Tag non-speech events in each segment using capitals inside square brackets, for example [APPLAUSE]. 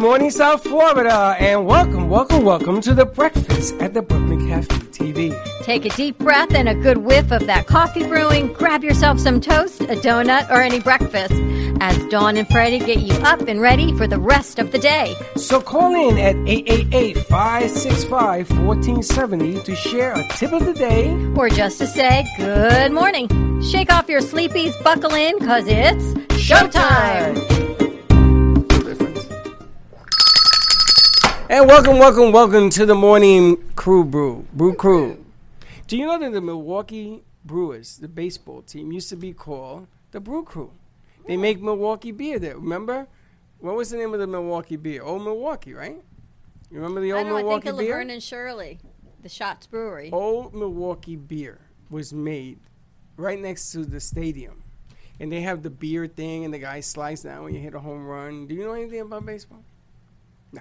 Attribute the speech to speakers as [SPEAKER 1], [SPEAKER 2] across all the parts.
[SPEAKER 1] morning, South Florida, and welcome, welcome, welcome to the breakfast at the Brooklyn Cafe TV.
[SPEAKER 2] Take a deep breath and a good whiff of that coffee brewing. Grab yourself some toast, a donut, or any breakfast as Dawn and Freddie get you up and ready for the rest of the day.
[SPEAKER 1] So call in at 888 565 1470 to share a tip of the day.
[SPEAKER 2] Or just to say good morning. Shake off your sleepies, buckle in, because it's showtime.
[SPEAKER 1] And welcome, welcome, welcome to the morning crew brew, brew crew. Do you know that the Milwaukee Brewers, the baseball team, used to be called the Brew Crew? They make Milwaukee beer there. Remember? What was the name of the Milwaukee beer? Old Milwaukee, right? You remember the
[SPEAKER 2] I
[SPEAKER 1] old
[SPEAKER 2] know, I think
[SPEAKER 1] Milwaukee
[SPEAKER 2] of
[SPEAKER 1] beer?
[SPEAKER 2] Laverne and Shirley, the Shots Brewery.
[SPEAKER 1] old Milwaukee beer was made right next to the stadium. And they have the beer thing, and the guy slices down when you hit a home run. Do you know anything about
[SPEAKER 2] [LAUGHS]
[SPEAKER 1] baseball?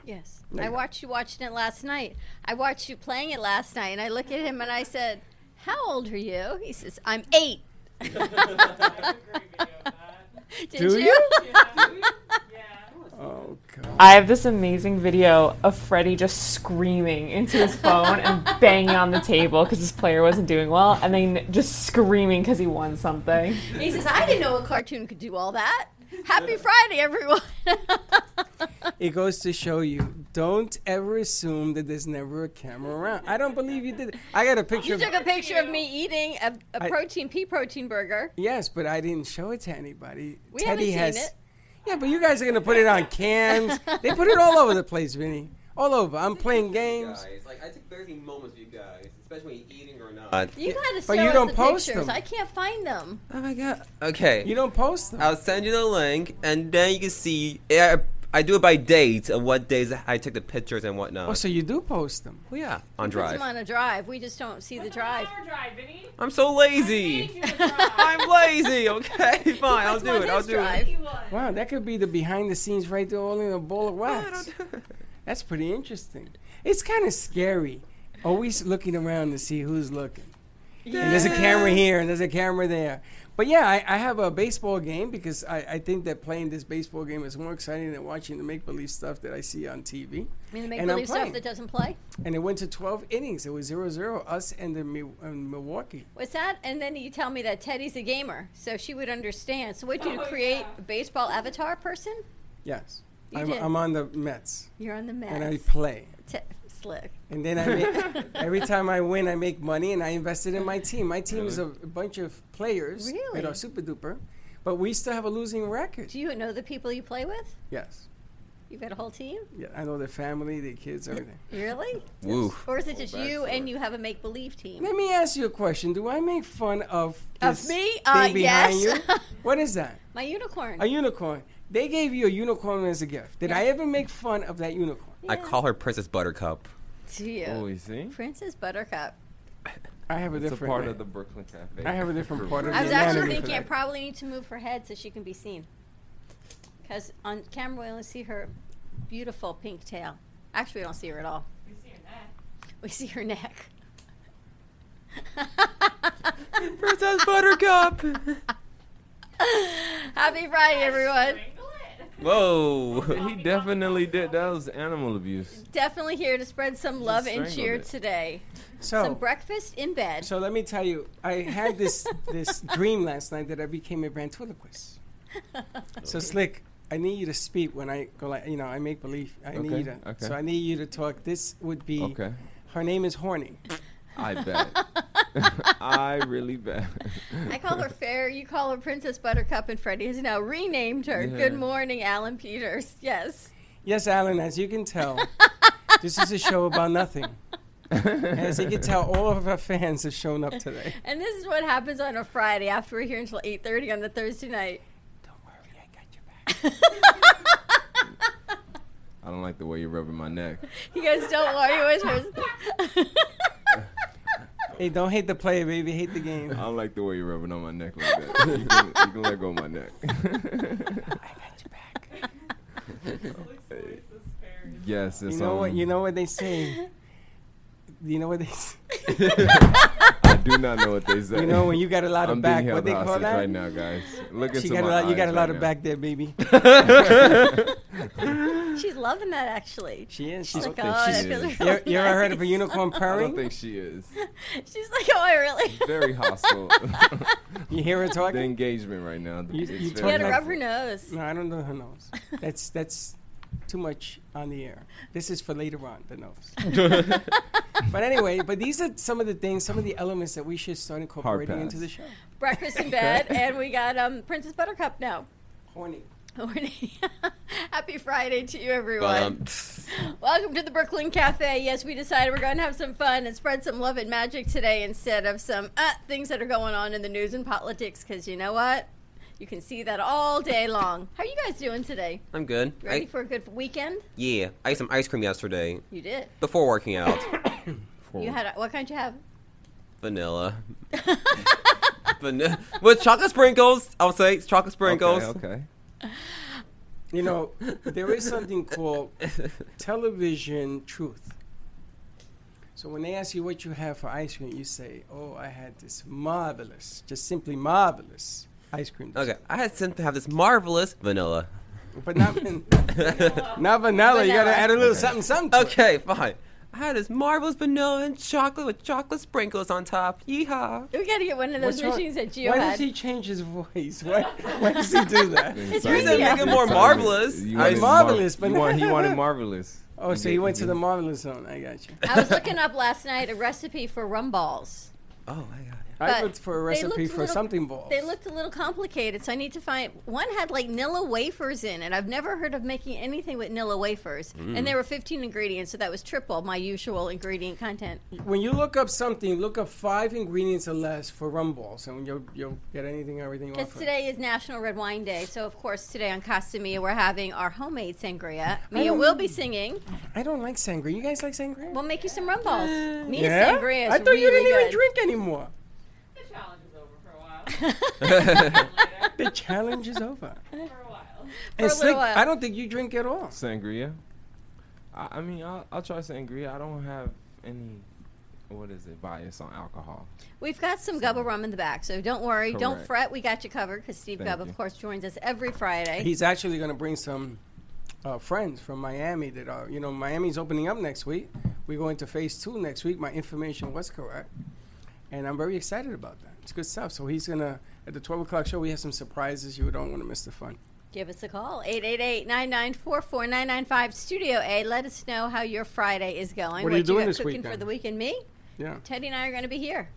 [SPEAKER 2] Yes.
[SPEAKER 1] There
[SPEAKER 2] I
[SPEAKER 1] you go.
[SPEAKER 2] watched you watching it last night. I watched you playing it last night, and I look at him and I said, How old are you? He says, I'm eight. [LAUGHS] Did
[SPEAKER 1] Do
[SPEAKER 2] you? [LAUGHS]
[SPEAKER 1] Oh, God.
[SPEAKER 3] I have this amazing video of Freddie just screaming into his phone [LAUGHS] and banging on the table because his player wasn't doing well, and then just screaming because he won something.
[SPEAKER 2] He says, I didn't know a cartoon could do all that. Happy Friday, everyone.
[SPEAKER 1] It goes to show you don't ever assume that there's never a camera around. I don't believe you did it. I got a [LAUGHS] picture
[SPEAKER 2] you
[SPEAKER 1] of
[SPEAKER 2] took a picture of me eating a, a
[SPEAKER 1] I-
[SPEAKER 2] protein, pea protein burger.
[SPEAKER 1] Yes, but I didn't show it to anybody.
[SPEAKER 2] We
[SPEAKER 1] Teddy
[SPEAKER 2] haven't seen
[SPEAKER 1] has.
[SPEAKER 2] it.
[SPEAKER 1] Yeah, but you guys are going to put it on cams. they put it all over the place, Vinny. All over. I'm playing games.
[SPEAKER 4] Guys, like I took 30 moments with you guys, especially when you're eating or not.
[SPEAKER 2] You got to
[SPEAKER 1] But
[SPEAKER 2] show
[SPEAKER 1] you
[SPEAKER 2] us
[SPEAKER 1] don't
[SPEAKER 2] the
[SPEAKER 1] post
[SPEAKER 2] pictures.
[SPEAKER 1] them.
[SPEAKER 2] I can't find them.
[SPEAKER 4] Oh my god. Okay.
[SPEAKER 1] You don't post them.
[SPEAKER 4] I'll send you the link, and then you can see. I, I do it by date of what days I took the pictures and whatnot.
[SPEAKER 1] Oh, so you do post them.
[SPEAKER 4] Oh, yeah, on
[SPEAKER 2] Put
[SPEAKER 4] drive.
[SPEAKER 2] them on a drive. We just don't see the drive.
[SPEAKER 4] I'm so lazy. [LAUGHS] I'm lazy.
[SPEAKER 2] [LAUGHS]
[SPEAKER 4] Okay, fine. I'll
[SPEAKER 2] Puts 'em
[SPEAKER 4] do
[SPEAKER 2] on
[SPEAKER 4] it. I'll
[SPEAKER 2] his
[SPEAKER 4] do
[SPEAKER 2] drive.
[SPEAKER 4] it.
[SPEAKER 1] Wow, that could be the behind the scenes right there, all in a ball of wax.
[SPEAKER 2] [LAUGHS]
[SPEAKER 4] don't-
[SPEAKER 1] That's pretty interesting. It's kind of scary, always looking around to see who's looking. And there's a camera here, and there's a camera there. But yeah, I, I have a baseball game because I, I think that playing this baseball game is more exciting than watching the make believe stuff that I see on TV.
[SPEAKER 2] I mean, the
[SPEAKER 1] And
[SPEAKER 2] make
[SPEAKER 1] I'm
[SPEAKER 2] believe stuff
[SPEAKER 1] playing.
[SPEAKER 2] that doesn't play.
[SPEAKER 1] And it went to 12 innings. It was 0 0, us and the Mil- and Milwaukee.
[SPEAKER 2] What's that? And then you tell me that Teddy's a gamer, so she would understand. So, what did you create? A baseball avatar person?
[SPEAKER 1] Yes.
[SPEAKER 2] You
[SPEAKER 1] I'm,
[SPEAKER 2] did.
[SPEAKER 1] I'm on the Mets,
[SPEAKER 2] You're on the
[SPEAKER 1] and I
[SPEAKER 2] Mets.
[SPEAKER 1] play.
[SPEAKER 2] Te- slick.
[SPEAKER 1] And then I
[SPEAKER 2] [LAUGHS]
[SPEAKER 1] make, every time I win, I make money, and I invested in my team. My team is a, a bunch of players
[SPEAKER 2] Really?
[SPEAKER 1] that are super duper, but we still have a losing record.
[SPEAKER 2] Do you know the people you play with?
[SPEAKER 1] Yes,
[SPEAKER 2] You've got a whole team?
[SPEAKER 1] yeah, I know their family, their kids, everything.
[SPEAKER 2] Really?
[SPEAKER 4] Woo.
[SPEAKER 2] Or is it just you and you have a make believe team?
[SPEAKER 1] Let me ask you a question: Do I make fun of
[SPEAKER 2] Of
[SPEAKER 1] this
[SPEAKER 2] me?
[SPEAKER 1] Thing
[SPEAKER 2] Uh,
[SPEAKER 1] behind
[SPEAKER 2] yes. [LAUGHS]
[SPEAKER 1] you? What is that?
[SPEAKER 2] My unicorn.
[SPEAKER 1] A unicorn. They gave you a unicorn as a gift. Did I ever make fun of that unicorn?
[SPEAKER 4] I call her Princess Buttercup.
[SPEAKER 2] to you.
[SPEAKER 5] Oh, you see?
[SPEAKER 2] Princess Buttercup.
[SPEAKER 1] I have a
[SPEAKER 5] It's a
[SPEAKER 1] different.
[SPEAKER 5] part of the Brooklyn Cafe.
[SPEAKER 1] I have a different part of
[SPEAKER 2] I
[SPEAKER 1] the
[SPEAKER 2] was
[SPEAKER 1] anatomy
[SPEAKER 2] actually
[SPEAKER 1] for
[SPEAKER 2] thinking I
[SPEAKER 1] that.
[SPEAKER 2] probably need to move her head so she can be seen. Because on camera, we only see her beautiful pink tail. Actually, we don't see her at all. We see her neck.
[SPEAKER 4] Princess Buttercup.
[SPEAKER 2] [LAUGHS] Happy Friday, everyone. [LAUGHS]
[SPEAKER 4] Whoa.
[SPEAKER 5] He definitely did. That was animal abuse.
[SPEAKER 2] Definitely here to spread some love and
[SPEAKER 5] strangled
[SPEAKER 2] cheer
[SPEAKER 5] it.
[SPEAKER 2] today.
[SPEAKER 1] so,
[SPEAKER 2] Some breakfast in bed.
[SPEAKER 1] So let me tell you, I had this this dream last night that I became a ventriloquist. So slick, I need you to speak when I go like you know I make believe. I need
[SPEAKER 5] Okay,
[SPEAKER 1] you to.
[SPEAKER 5] okay.
[SPEAKER 1] So I need you to talk. This would be. [LAUGHS]
[SPEAKER 5] Okay.
[SPEAKER 1] Her name is Horny. [LAUGHS]
[SPEAKER 5] I bet. I really bet.
[SPEAKER 2] [LAUGHS] I call her Fair. You call her Princess Buttercup, and Freddie has now renamed her. Good
[SPEAKER 5] Yeah.
[SPEAKER 2] morning, Alan Peters. Yes.
[SPEAKER 1] [LAUGHS] Yes, Alan. As you can tell, this is a show
[SPEAKER 5] [LAUGHS]
[SPEAKER 1] about nothing. As you can tell, all of our fans have shown up today.
[SPEAKER 2] And this is what happens on a Friday after we're here until 8.30 on the Thursday night.
[SPEAKER 1] Don't worry, I got your back.
[SPEAKER 5] I don't like the way you're rubbing my neck.
[SPEAKER 2] You guys don't worry. You always was-
[SPEAKER 1] Hey, don't hate the player, baby. Hate the game.
[SPEAKER 5] I don't like the way you're rubbing on my neck like that. You can, you can let go of my
[SPEAKER 1] [LAUGHS]
[SPEAKER 5] neck.
[SPEAKER 1] I got your back.
[SPEAKER 5] yes, it's
[SPEAKER 1] You know what?
[SPEAKER 5] um,
[SPEAKER 1] You know what they say. You know what they. [LAUGHS] Say?
[SPEAKER 5] I do not know what they say.
[SPEAKER 1] You know when you got a lot of
[SPEAKER 5] I'm
[SPEAKER 1] back,
[SPEAKER 5] being
[SPEAKER 1] what
[SPEAKER 5] held
[SPEAKER 1] they call
[SPEAKER 5] hostage
[SPEAKER 1] that?
[SPEAKER 5] right now, guys. Look into
[SPEAKER 1] She got a
[SPEAKER 5] my
[SPEAKER 1] lot. You got a
[SPEAKER 5] eyes
[SPEAKER 1] lot
[SPEAKER 5] right
[SPEAKER 1] of
[SPEAKER 5] now.
[SPEAKER 1] back there, baby.
[SPEAKER 2] [LAUGHS] She's loving that actually.
[SPEAKER 1] She is.
[SPEAKER 2] She's
[SPEAKER 1] She's.
[SPEAKER 2] like,
[SPEAKER 5] think
[SPEAKER 2] oh,
[SPEAKER 5] she
[SPEAKER 2] that
[SPEAKER 5] is.
[SPEAKER 2] feels
[SPEAKER 1] you,
[SPEAKER 2] really
[SPEAKER 1] you ever heard of a
[SPEAKER 2] nice."
[SPEAKER 1] unicorn
[SPEAKER 5] I don't [LAUGHS]
[SPEAKER 1] purring?
[SPEAKER 5] think she is.
[SPEAKER 2] [LAUGHS] She's like, oh, I really.
[SPEAKER 5] Very hostile.
[SPEAKER 1] [LAUGHS] You hear her
[SPEAKER 5] the
[SPEAKER 1] talking?
[SPEAKER 5] engagement right now.
[SPEAKER 1] You-
[SPEAKER 5] it's
[SPEAKER 1] you
[SPEAKER 5] very
[SPEAKER 1] told
[SPEAKER 2] You gotta
[SPEAKER 1] her-
[SPEAKER 2] rub
[SPEAKER 5] hostile.
[SPEAKER 2] her nose.
[SPEAKER 1] No, I don't know her nose. That's that's too much on the air. This is for later on. The nose.
[SPEAKER 2] [LAUGHS]
[SPEAKER 1] But anyway, but these are some of the things, some of the elements that we should start incorporating into
[SPEAKER 5] pass.
[SPEAKER 1] the show.
[SPEAKER 2] Breakfast in bed, and we got um, Princess Buttercup now.
[SPEAKER 1] Horny.
[SPEAKER 2] Morning. [LAUGHS] Happy Friday to you, everyone.
[SPEAKER 4] But, um,
[SPEAKER 2] Welcome to the Brooklyn Cafe. Yes, we decided we're going to have some fun and spread some love and magic today instead of some uh, things that are going on in the news and politics. Because you know what? You can see that all day long. How are you guys doing today?
[SPEAKER 4] I'm good.
[SPEAKER 2] Ready
[SPEAKER 4] I,
[SPEAKER 2] for a good weekend?
[SPEAKER 4] yeah, I ate some ice cream yesterday
[SPEAKER 2] You did.
[SPEAKER 4] before working out.
[SPEAKER 2] You had a, what kind you have?
[SPEAKER 4] Vanilla. [LAUGHS] Vanilla with chocolate sprinkles. I'll say it's chocolate sprinkles.
[SPEAKER 5] Okay, okay.
[SPEAKER 1] You know, there is something called television truth. So when they ask you what you have for ice cream, you say, "Oh, I had this marvelous, just simply marvelous ice cream." this
[SPEAKER 4] Okay, I had sent to have this marvelous vanilla.
[SPEAKER 1] morning." but
[SPEAKER 2] [LAUGHS]
[SPEAKER 1] not van- not vanilla. You gotta
[SPEAKER 2] Vanilla.
[SPEAKER 1] add a little something, something. To
[SPEAKER 4] Okay, fine. I had this marvelous vanilla and chocolate with chocolate sprinkles on top. Yeehaw!
[SPEAKER 2] We got to get one of
[SPEAKER 1] It.
[SPEAKER 2] those
[SPEAKER 1] What's wrong-
[SPEAKER 2] machines that Geo
[SPEAKER 1] Why
[SPEAKER 2] had.
[SPEAKER 1] does he change his voice? Why, why does he do
[SPEAKER 4] [LAUGHS]
[SPEAKER 1] that?
[SPEAKER 2] It's
[SPEAKER 5] Excited.
[SPEAKER 2] reindeer. Make it
[SPEAKER 4] more
[SPEAKER 5] Excited.
[SPEAKER 4] marvelous.
[SPEAKER 5] You
[SPEAKER 4] I-
[SPEAKER 5] wanted
[SPEAKER 1] Marvelous,
[SPEAKER 5] mar-
[SPEAKER 1] but-
[SPEAKER 5] you want- he
[SPEAKER 1] [LAUGHS]
[SPEAKER 5] wanted marvelous.
[SPEAKER 1] Oh, so
[SPEAKER 5] did-
[SPEAKER 1] you went to
[SPEAKER 5] did.
[SPEAKER 1] the marvelous zone. I got you.
[SPEAKER 2] I was looking up last night a recipe for rum balls.
[SPEAKER 4] Oh my god.
[SPEAKER 1] I
[SPEAKER 2] But
[SPEAKER 1] looked for a
[SPEAKER 2] they
[SPEAKER 1] recipe
[SPEAKER 2] looked a
[SPEAKER 1] for
[SPEAKER 2] little-
[SPEAKER 1] something balls.
[SPEAKER 2] They looked a little complicated, so I need to find one had like Nilla wafers in, and I've never heard of making anything with Nilla wafers.
[SPEAKER 1] Mm.
[SPEAKER 2] And there were 15 ingredients, so that was triple my usual ingredient content.
[SPEAKER 1] when you look up something, look up five ingredients or less for rum balls, and you'll you'll get anything or everything.
[SPEAKER 2] Because
[SPEAKER 1] off it.
[SPEAKER 2] today is National Red Wine Day, so of course today on Casa Mia we're having our homemade sangria. Mia will be singing.
[SPEAKER 1] I don't like sangria. You guys like sangria?
[SPEAKER 2] We'll make you some rum balls. Mia's
[SPEAKER 1] yeah.
[SPEAKER 2] sangria is
[SPEAKER 1] I thought
[SPEAKER 2] really
[SPEAKER 1] you didn't
[SPEAKER 2] good.
[SPEAKER 1] even drink anymore.
[SPEAKER 6] The challenge is over for a while.
[SPEAKER 2] [LAUGHS]
[SPEAKER 6] Later,
[SPEAKER 1] The challenge is over.
[SPEAKER 6] for a while.
[SPEAKER 1] And
[SPEAKER 2] little
[SPEAKER 1] Slick,
[SPEAKER 2] while.
[SPEAKER 1] I don't think you drink at all.
[SPEAKER 5] Sangria. I, I mean, I'll, I'll try sangria. I don't have any. What is it? Bias on alcohol.
[SPEAKER 2] We've got some Gubba rum in the back, so don't worry, don't
[SPEAKER 5] Correct.
[SPEAKER 2] fret. We got you covered because Steve
[SPEAKER 5] Thank
[SPEAKER 2] Gubb,
[SPEAKER 5] you.
[SPEAKER 2] of course, joins us every Friday.
[SPEAKER 1] He's actually going to bring some uh, friends from Miami that are, you know, Miami's opening up next week. We go into phase two next week. My information was correct. And I'm very excited about that. It's good stuff. So he's going to, at the 12 o'clock show, we have some surprises. You don't want to miss the fun.
[SPEAKER 2] Give us a call, 888-994-4995, Studio A. Let us know how your Friday is going.
[SPEAKER 1] What are you doing
[SPEAKER 2] got
[SPEAKER 1] this
[SPEAKER 2] cooking for
[SPEAKER 1] weekend?
[SPEAKER 2] the weekend? Me,
[SPEAKER 1] Yeah.
[SPEAKER 2] Teddy and I are going to be here.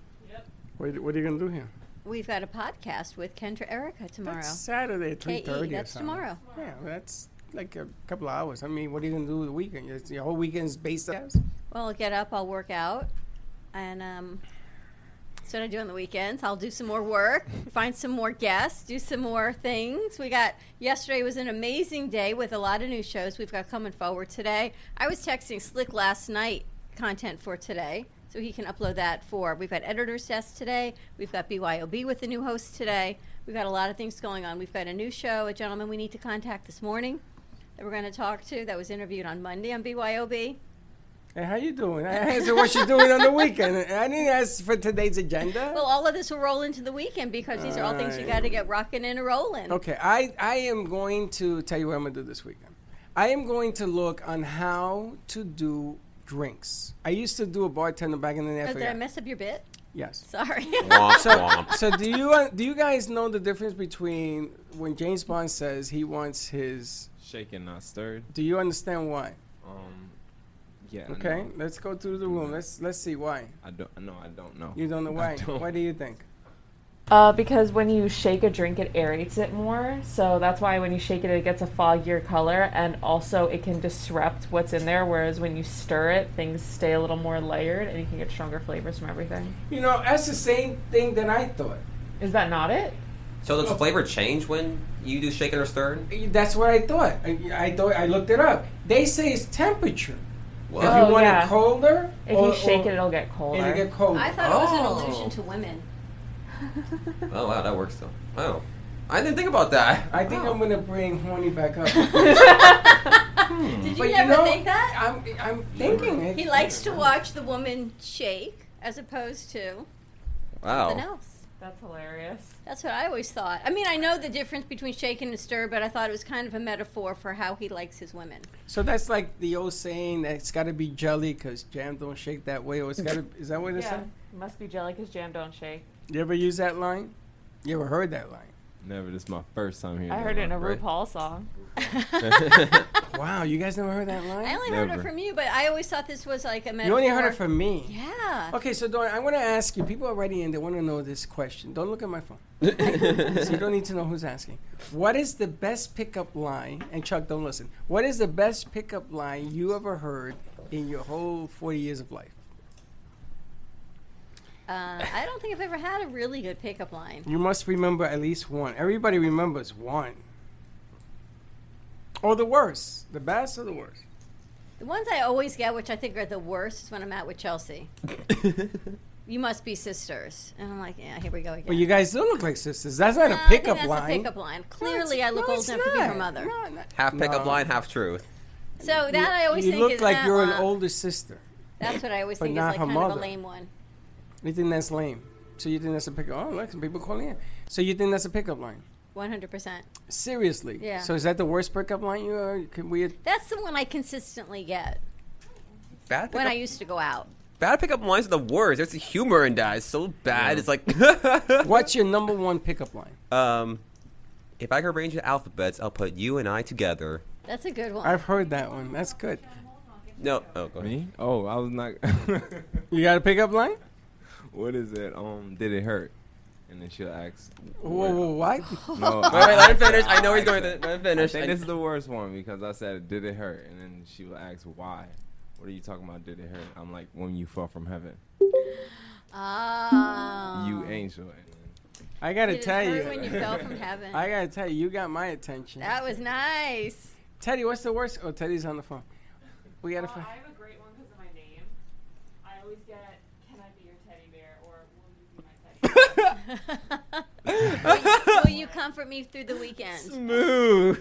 [SPEAKER 1] What, what are you going to do here?
[SPEAKER 2] We've got a podcast with Kendra Erica tomorrow.
[SPEAKER 1] That's Saturday at
[SPEAKER 2] KE,
[SPEAKER 1] 3.30 or
[SPEAKER 2] that's
[SPEAKER 1] something.
[SPEAKER 2] tomorrow.
[SPEAKER 1] Yeah, that's like a couple of hours. I mean, what are you going to do the weekend? Your, your whole weekend's based on
[SPEAKER 2] Well, I'll get up, I'll work out, and um, that's what I do on the weekends. I'll do some more work, find some more guests, do some more things. We got yesterday was an amazing day with a lot of new shows we've got coming forward today. I was texting Slick last night content for today. So he can upload that for. We've got editor's desk today. We've got BYOB with the new host today. We've got a lot of things going on. We've got a new show, a gentleman we need to contact this morning that we're going to talk to that was interviewed on Monday on BYOB.
[SPEAKER 1] Hey, how you doing? [LAUGHS] I asked her what she's doing on the weekend. I didn't ask for today's agenda.
[SPEAKER 2] [LAUGHS] Well, all of this will roll into the weekend because these are all things you got to get rocking and rolling.
[SPEAKER 1] Okay, I, I am going to tell you what I'm going to do this weekend. I am going to look on how to do drinks. I used to do a bartender back in the day. I
[SPEAKER 2] Oh, did I
[SPEAKER 1] forgot.
[SPEAKER 2] mess up your bit?
[SPEAKER 1] yes.
[SPEAKER 2] Sorry.
[SPEAKER 4] Womp
[SPEAKER 1] So,
[SPEAKER 4] womp.
[SPEAKER 1] so do you uh, do you guys know the difference between when James Bond says he wants his?
[SPEAKER 5] Shaken, not stirred.
[SPEAKER 1] Do you understand why?
[SPEAKER 5] Um, yeah.
[SPEAKER 1] Okay,
[SPEAKER 5] No,
[SPEAKER 1] let's go through the room. Let's let's see why.
[SPEAKER 5] I don't. No, I don't know.
[SPEAKER 1] You don't know
[SPEAKER 5] I
[SPEAKER 1] why.
[SPEAKER 5] don't.
[SPEAKER 1] Why do you think?
[SPEAKER 3] Uh, because when you shake a drink, it aerates it more. So that's why when you shake it, it gets a foggier color, and also it can disrupt what's in there. Whereas when you stir it, things stay a little more layered, and you can get stronger flavors from everything.
[SPEAKER 1] You know, that's the same thing that I thought.
[SPEAKER 3] Is that not it?
[SPEAKER 4] So does flavor change when you do shaken or stirred?
[SPEAKER 1] That's what I thought. I, I thought I looked it up. They say it's temperature. If
[SPEAKER 4] Whoa.
[SPEAKER 3] Oh,
[SPEAKER 1] you want
[SPEAKER 3] yeah.
[SPEAKER 1] it colder,
[SPEAKER 3] If
[SPEAKER 1] or-
[SPEAKER 3] you shake
[SPEAKER 1] or-
[SPEAKER 3] it, it'll get colder.
[SPEAKER 1] it'll get colder.
[SPEAKER 2] I thought it was an
[SPEAKER 4] Oh.
[SPEAKER 2] allusion to women.
[SPEAKER 4] Oh wow, that works though. Wow, I didn't think about that.
[SPEAKER 1] I think I'm gonna bring horny back up.
[SPEAKER 3] [LAUGHS]
[SPEAKER 4] um,
[SPEAKER 2] Did you
[SPEAKER 1] But
[SPEAKER 2] never
[SPEAKER 1] know,
[SPEAKER 2] think that?
[SPEAKER 1] I'm, I'm thinking it.
[SPEAKER 2] He likes to watch the woman shake as opposed to
[SPEAKER 4] wow.
[SPEAKER 2] something else.
[SPEAKER 3] That's hilarious.
[SPEAKER 2] That's what I always thought. I mean, I know the difference between shaken and stir, but I thought it was kind of a metaphor for how he likes his women.
[SPEAKER 1] So that's like the old saying that it's got to be jelly because jam don't shake that way. Or it's got to. Is that what it's
[SPEAKER 3] Yeah,
[SPEAKER 1] saying?
[SPEAKER 3] must be jelly because jam don't shake.
[SPEAKER 1] You ever use that line? You ever heard that line?
[SPEAKER 5] Never. This is my first time hearing.
[SPEAKER 3] I
[SPEAKER 5] that
[SPEAKER 3] heard it in a
[SPEAKER 5] one,
[SPEAKER 3] RuPaul song.
[SPEAKER 5] right? [LAUGHS]
[SPEAKER 1] Wow, you guys never heard that line?
[SPEAKER 2] I only heard it
[SPEAKER 5] Never.
[SPEAKER 2] from you, but I always thought this was like a metaphor.
[SPEAKER 1] You only heard it from me.
[SPEAKER 2] Yeah.
[SPEAKER 1] [LAUGHS] Okay, so Dawn, I want to ask you. People are writing in. They want to know this question. Don't look at my phone. so you don't need to know who's asking. What is the best pickup line? And Chuck, don't listen. What is the best pickup line you ever heard in your whole 40 years of life?
[SPEAKER 2] Uh, I don't think I've ever had a really good pickup line.
[SPEAKER 1] You must remember at least one. Everybody remembers one. Or the worst. The best or the worst.
[SPEAKER 2] The ones I always get, which I think are the worst, is when I'm out with
[SPEAKER 1] [LAUGHS]
[SPEAKER 2] Chelsea. you must be sisters, and I'm like, yeah, here we go again.
[SPEAKER 1] But you guys don't look like sisters. That's not
[SPEAKER 2] No,
[SPEAKER 1] a
[SPEAKER 2] I think
[SPEAKER 1] pickup
[SPEAKER 2] that's
[SPEAKER 1] line.
[SPEAKER 2] A pickup line. Clearly, I look
[SPEAKER 1] No,
[SPEAKER 2] old
[SPEAKER 1] it's
[SPEAKER 2] enough to be her
[SPEAKER 1] not.
[SPEAKER 2] mother.
[SPEAKER 1] No, not-
[SPEAKER 4] half pickup
[SPEAKER 1] No.
[SPEAKER 4] line, half truth.
[SPEAKER 2] So that I always
[SPEAKER 1] you
[SPEAKER 2] think
[SPEAKER 1] look
[SPEAKER 2] is
[SPEAKER 1] like
[SPEAKER 2] uh,
[SPEAKER 1] you're an
[SPEAKER 2] uh,
[SPEAKER 1] older sister.
[SPEAKER 2] That's what I always
[SPEAKER 1] but
[SPEAKER 2] think is
[SPEAKER 1] not
[SPEAKER 2] like
[SPEAKER 1] her
[SPEAKER 2] kind of
[SPEAKER 1] mother.
[SPEAKER 2] a lame one.
[SPEAKER 1] You think that's lame. So you think that's a pickup? Oh, look, some people calling in. So you think that's a pickup line?
[SPEAKER 2] One hundred percent.
[SPEAKER 1] Seriously?
[SPEAKER 2] Yeah.
[SPEAKER 1] So is that the worst pickup line you? Or can we?
[SPEAKER 2] That's the one I consistently get
[SPEAKER 4] Bad
[SPEAKER 2] when
[SPEAKER 4] pickup,
[SPEAKER 2] I used to go out.
[SPEAKER 4] bad pickup lines are the worst. There's humor in that. It's so bad. It's like
[SPEAKER 1] [LAUGHS]
[SPEAKER 4] [LAUGHS]
[SPEAKER 1] What's your number one pickup line?
[SPEAKER 4] Um, if I could arrange the alphabets, I'll put you and I together.
[SPEAKER 2] That's a good one.
[SPEAKER 1] I've heard that one. That's good.
[SPEAKER 4] No, oh, go ahead.
[SPEAKER 5] Me? Oh, I was not. [LAUGHS]
[SPEAKER 1] You got a pickup line?
[SPEAKER 5] what is it? Um, did it hurt? And then she'll ask.
[SPEAKER 1] Whoa, whoa, what?
[SPEAKER 5] [LAUGHS] No.
[SPEAKER 4] [LAUGHS] Wait, wait, let him finish. I know he's going to let him
[SPEAKER 5] I
[SPEAKER 4] finish.
[SPEAKER 5] think this is the worst one because I said, "Did it hurt?" And then she will ask, "Why?" What are you talking about? Did it hurt? I'm like, when you fall from heaven,
[SPEAKER 2] Ah.
[SPEAKER 1] Um,
[SPEAKER 5] you angel. And then,
[SPEAKER 1] I gotta
[SPEAKER 2] Did it
[SPEAKER 1] tell
[SPEAKER 2] hurt
[SPEAKER 1] you.
[SPEAKER 2] when you fell from heaven.
[SPEAKER 1] I gotta tell you, you got my attention.
[SPEAKER 2] that
[SPEAKER 1] [LAUGHS]
[SPEAKER 2] was nice.
[SPEAKER 1] Teddy, what's the worst? Oh, Teddy's on the phone. We gotta.
[SPEAKER 2] Oh,
[SPEAKER 6] Well,
[SPEAKER 1] find.
[SPEAKER 6] I have a great one because of my name. I always get, "Can I be your teddy bear?" or "Will you be my teddy?" bear?"
[SPEAKER 2] Will you comfort me through the weekend?
[SPEAKER 4] [LAUGHS] smooth.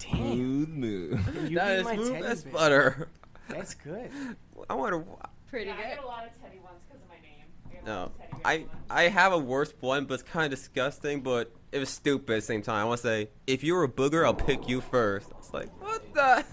[SPEAKER 5] Smooth
[SPEAKER 4] [LAUGHS]
[SPEAKER 5] move.
[SPEAKER 1] You
[SPEAKER 4] that
[SPEAKER 1] be
[SPEAKER 4] is
[SPEAKER 1] my
[SPEAKER 4] smooth
[SPEAKER 1] teddy
[SPEAKER 4] as
[SPEAKER 1] bear.
[SPEAKER 4] butter.
[SPEAKER 1] That's good.
[SPEAKER 4] [LAUGHS] I want to.
[SPEAKER 2] Pretty
[SPEAKER 6] yeah, I
[SPEAKER 2] good.
[SPEAKER 6] get a lot of teddy ones because of my name. I get a lot
[SPEAKER 4] No,
[SPEAKER 6] of teddy bear
[SPEAKER 4] I
[SPEAKER 6] ones.
[SPEAKER 4] I have a worst one, but it's kind of disgusting. But it was stupid at the same time. I want to say, if you're a booger, I'll pick you first. It's like, what the?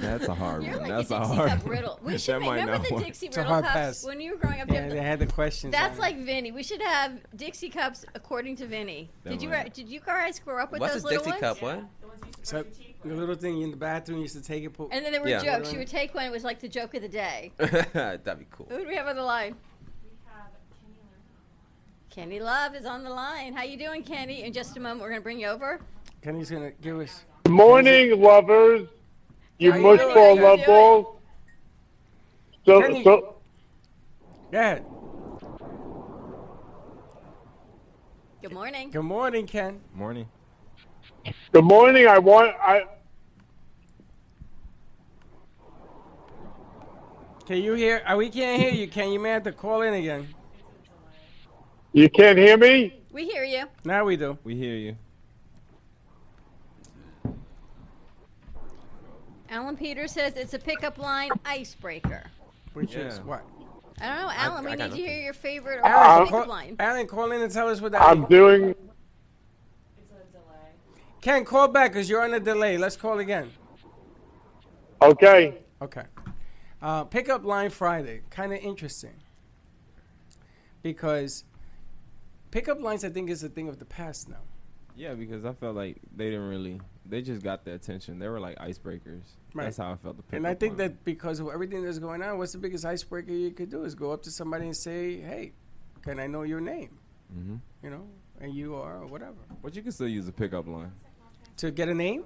[SPEAKER 5] That's a hard
[SPEAKER 2] You're
[SPEAKER 5] one.
[SPEAKER 2] like
[SPEAKER 5] That's
[SPEAKER 2] a
[SPEAKER 5] a
[SPEAKER 2] Dixie
[SPEAKER 5] hard.
[SPEAKER 2] Cup riddle.
[SPEAKER 4] [LAUGHS]
[SPEAKER 2] We should
[SPEAKER 5] that might
[SPEAKER 2] remember
[SPEAKER 5] not
[SPEAKER 2] the
[SPEAKER 5] work.
[SPEAKER 2] Dixie
[SPEAKER 1] a
[SPEAKER 2] riddle
[SPEAKER 1] hard
[SPEAKER 2] cups
[SPEAKER 1] pass.
[SPEAKER 2] when you were growing up. you
[SPEAKER 1] Yeah,
[SPEAKER 2] had the-
[SPEAKER 1] they had the questions.
[SPEAKER 2] that's
[SPEAKER 1] on it.
[SPEAKER 2] like Vinny. We should have Dixie cups according to Vinny.
[SPEAKER 5] That
[SPEAKER 2] did you
[SPEAKER 5] might-
[SPEAKER 2] re- did you guys grow up with
[SPEAKER 4] What's
[SPEAKER 2] those
[SPEAKER 4] a
[SPEAKER 2] little
[SPEAKER 4] Dixie
[SPEAKER 2] ones?
[SPEAKER 4] cup?
[SPEAKER 6] Yeah,
[SPEAKER 4] What?
[SPEAKER 6] the ones you used to
[SPEAKER 1] So,
[SPEAKER 6] brush your teeth
[SPEAKER 1] the
[SPEAKER 6] with.
[SPEAKER 1] little thing in the bathroom you used to take it. Put,
[SPEAKER 2] And then there were
[SPEAKER 4] Yeah.
[SPEAKER 2] jokes. You
[SPEAKER 1] [LAUGHS]
[SPEAKER 2] would take one. It was like the joke of the day.
[SPEAKER 4] [LAUGHS] That'd be cool.
[SPEAKER 2] Who do we have on the line?
[SPEAKER 6] We have Kenny Lurton.
[SPEAKER 2] Kenny Love is on the line. How you doing, Kenny? In just a moment, we're gonna bring you over.
[SPEAKER 1] Kenny's gonna give us.
[SPEAKER 7] Morning, lovers. You
[SPEAKER 1] How you doing?
[SPEAKER 7] mushball
[SPEAKER 2] How you
[SPEAKER 7] love
[SPEAKER 2] doing?
[SPEAKER 7] balls.
[SPEAKER 1] Can you-
[SPEAKER 7] So, so,
[SPEAKER 1] Go ahead.
[SPEAKER 2] Good morning.
[SPEAKER 1] Good morning, Ken.
[SPEAKER 5] Morning.
[SPEAKER 7] good morning. I want. I
[SPEAKER 1] Can you hear? Uh, we can't hear you, Ken. You may have to call in again.
[SPEAKER 7] you can't hear me.
[SPEAKER 2] We hear you.
[SPEAKER 1] Now we do.
[SPEAKER 5] We hear you.
[SPEAKER 2] Alan Peters says it's a pickup line icebreaker.
[SPEAKER 1] Which
[SPEAKER 5] Yeah.
[SPEAKER 1] is what?
[SPEAKER 2] I don't know, Alan.
[SPEAKER 4] I
[SPEAKER 2] we
[SPEAKER 4] got
[SPEAKER 2] need to hear
[SPEAKER 4] nothing.
[SPEAKER 2] your favorite or
[SPEAKER 1] Alan,
[SPEAKER 2] worst
[SPEAKER 1] call,
[SPEAKER 2] pickup line.
[SPEAKER 1] Alan, call in and tell us what that
[SPEAKER 7] I'm
[SPEAKER 1] means.
[SPEAKER 7] doing.
[SPEAKER 6] It's a delay.
[SPEAKER 1] Ken, call back because you're on a delay. Let's call again.
[SPEAKER 7] Okay.
[SPEAKER 1] Okay. Uh, pickup line Friday. Kind of interesting. Because pickup lines, I think, is a thing of the past now.
[SPEAKER 5] Yeah, because I felt like they didn't really. They just got the attention. They were like icebreakers.
[SPEAKER 1] Right.
[SPEAKER 5] That's how I felt. The
[SPEAKER 1] And I
[SPEAKER 5] pickup
[SPEAKER 1] think
[SPEAKER 5] line.
[SPEAKER 1] that because of everything that's going on, what's the biggest icebreaker you could do is go up to somebody and say, "Hey, can I know your name?"
[SPEAKER 5] Mhm.
[SPEAKER 1] You know, and you are or whatever
[SPEAKER 5] But you can still use a pickup line,
[SPEAKER 1] to get a name.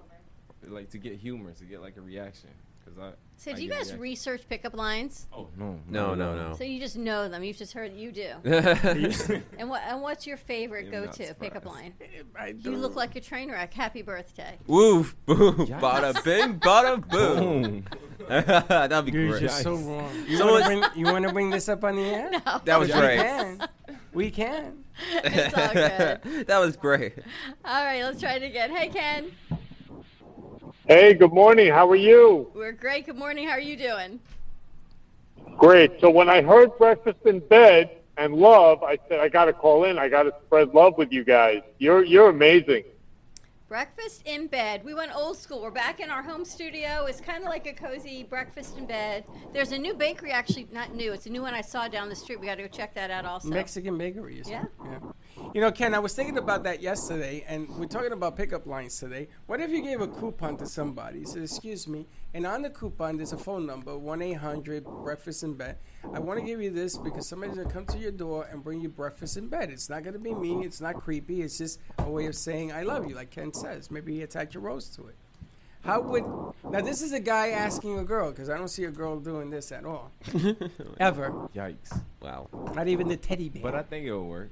[SPEAKER 5] like to get humor, to get like a reaction. Cause I.
[SPEAKER 2] So,
[SPEAKER 5] I
[SPEAKER 2] do you
[SPEAKER 5] get
[SPEAKER 2] guys
[SPEAKER 5] reaction.
[SPEAKER 2] research pickup lines?
[SPEAKER 5] Oh no.
[SPEAKER 4] No, no,
[SPEAKER 2] So you just know them. You've just heard you
[SPEAKER 4] [LAUGHS]
[SPEAKER 2] do. [LAUGHS]
[SPEAKER 4] no.
[SPEAKER 2] And what? And what's your favorite
[SPEAKER 5] You're not
[SPEAKER 2] go-to
[SPEAKER 5] surprised.
[SPEAKER 2] pickup line?
[SPEAKER 1] I
[SPEAKER 2] You
[SPEAKER 1] don't-
[SPEAKER 2] look like a train wreck. Happy birthday.
[SPEAKER 4] Woof, boom,
[SPEAKER 5] Yikes.
[SPEAKER 4] bada bing, bada boom.
[SPEAKER 5] Boom.
[SPEAKER 4] [LAUGHS] That'd be
[SPEAKER 1] Dude,
[SPEAKER 4] great.
[SPEAKER 1] you're so wrong. You
[SPEAKER 4] Someone-
[SPEAKER 1] want to bring, you wanna bring this up on the air?
[SPEAKER 4] [LAUGHS]
[SPEAKER 2] [LAUGHS]
[SPEAKER 4] That was
[SPEAKER 1] We
[SPEAKER 4] great.
[SPEAKER 1] can. We can.
[SPEAKER 2] It's
[SPEAKER 4] [LAUGHS]
[SPEAKER 2] all good.
[SPEAKER 4] that was great.
[SPEAKER 2] All right, let's try it again. Hey, Ken.
[SPEAKER 7] Hey, good morning. How are you?
[SPEAKER 2] We're great. Good morning. How are you doing?
[SPEAKER 7] Great. So when I heard breakfast in bed, and love, I said I got to call in. I got to spread love with you guys. You're you're amazing.
[SPEAKER 2] Breakfast in bed. We went old school. We're back in our home studio. It's kind of like a cozy breakfast in bed. There's a new bakery, actually, not new. It's a new one I saw down the street. We got to go check that out also.
[SPEAKER 1] Mexican bakery. Is yeah. yeah. You know, Ken, I was thinking about that yesterday, and we're talking about pickup lines today. What if you gave a coupon to somebody? You said, "Excuse me," and on the coupon there's a phone number, one eight hundred breakfast in bed. I want to give you this because somebody's gonna come to your door and bring you breakfast in bed. It's not gonna be mean. It's not creepy. It's just a way of saying I love you, like Ken says. Maybe he attached a rose to it. How would now? This is a guy asking a girl because I don't see a girl doing this at all, [LAUGHS] ever.
[SPEAKER 5] Yikes.
[SPEAKER 4] Wow.
[SPEAKER 1] Not even the teddy bear.
[SPEAKER 5] But I think it'll work.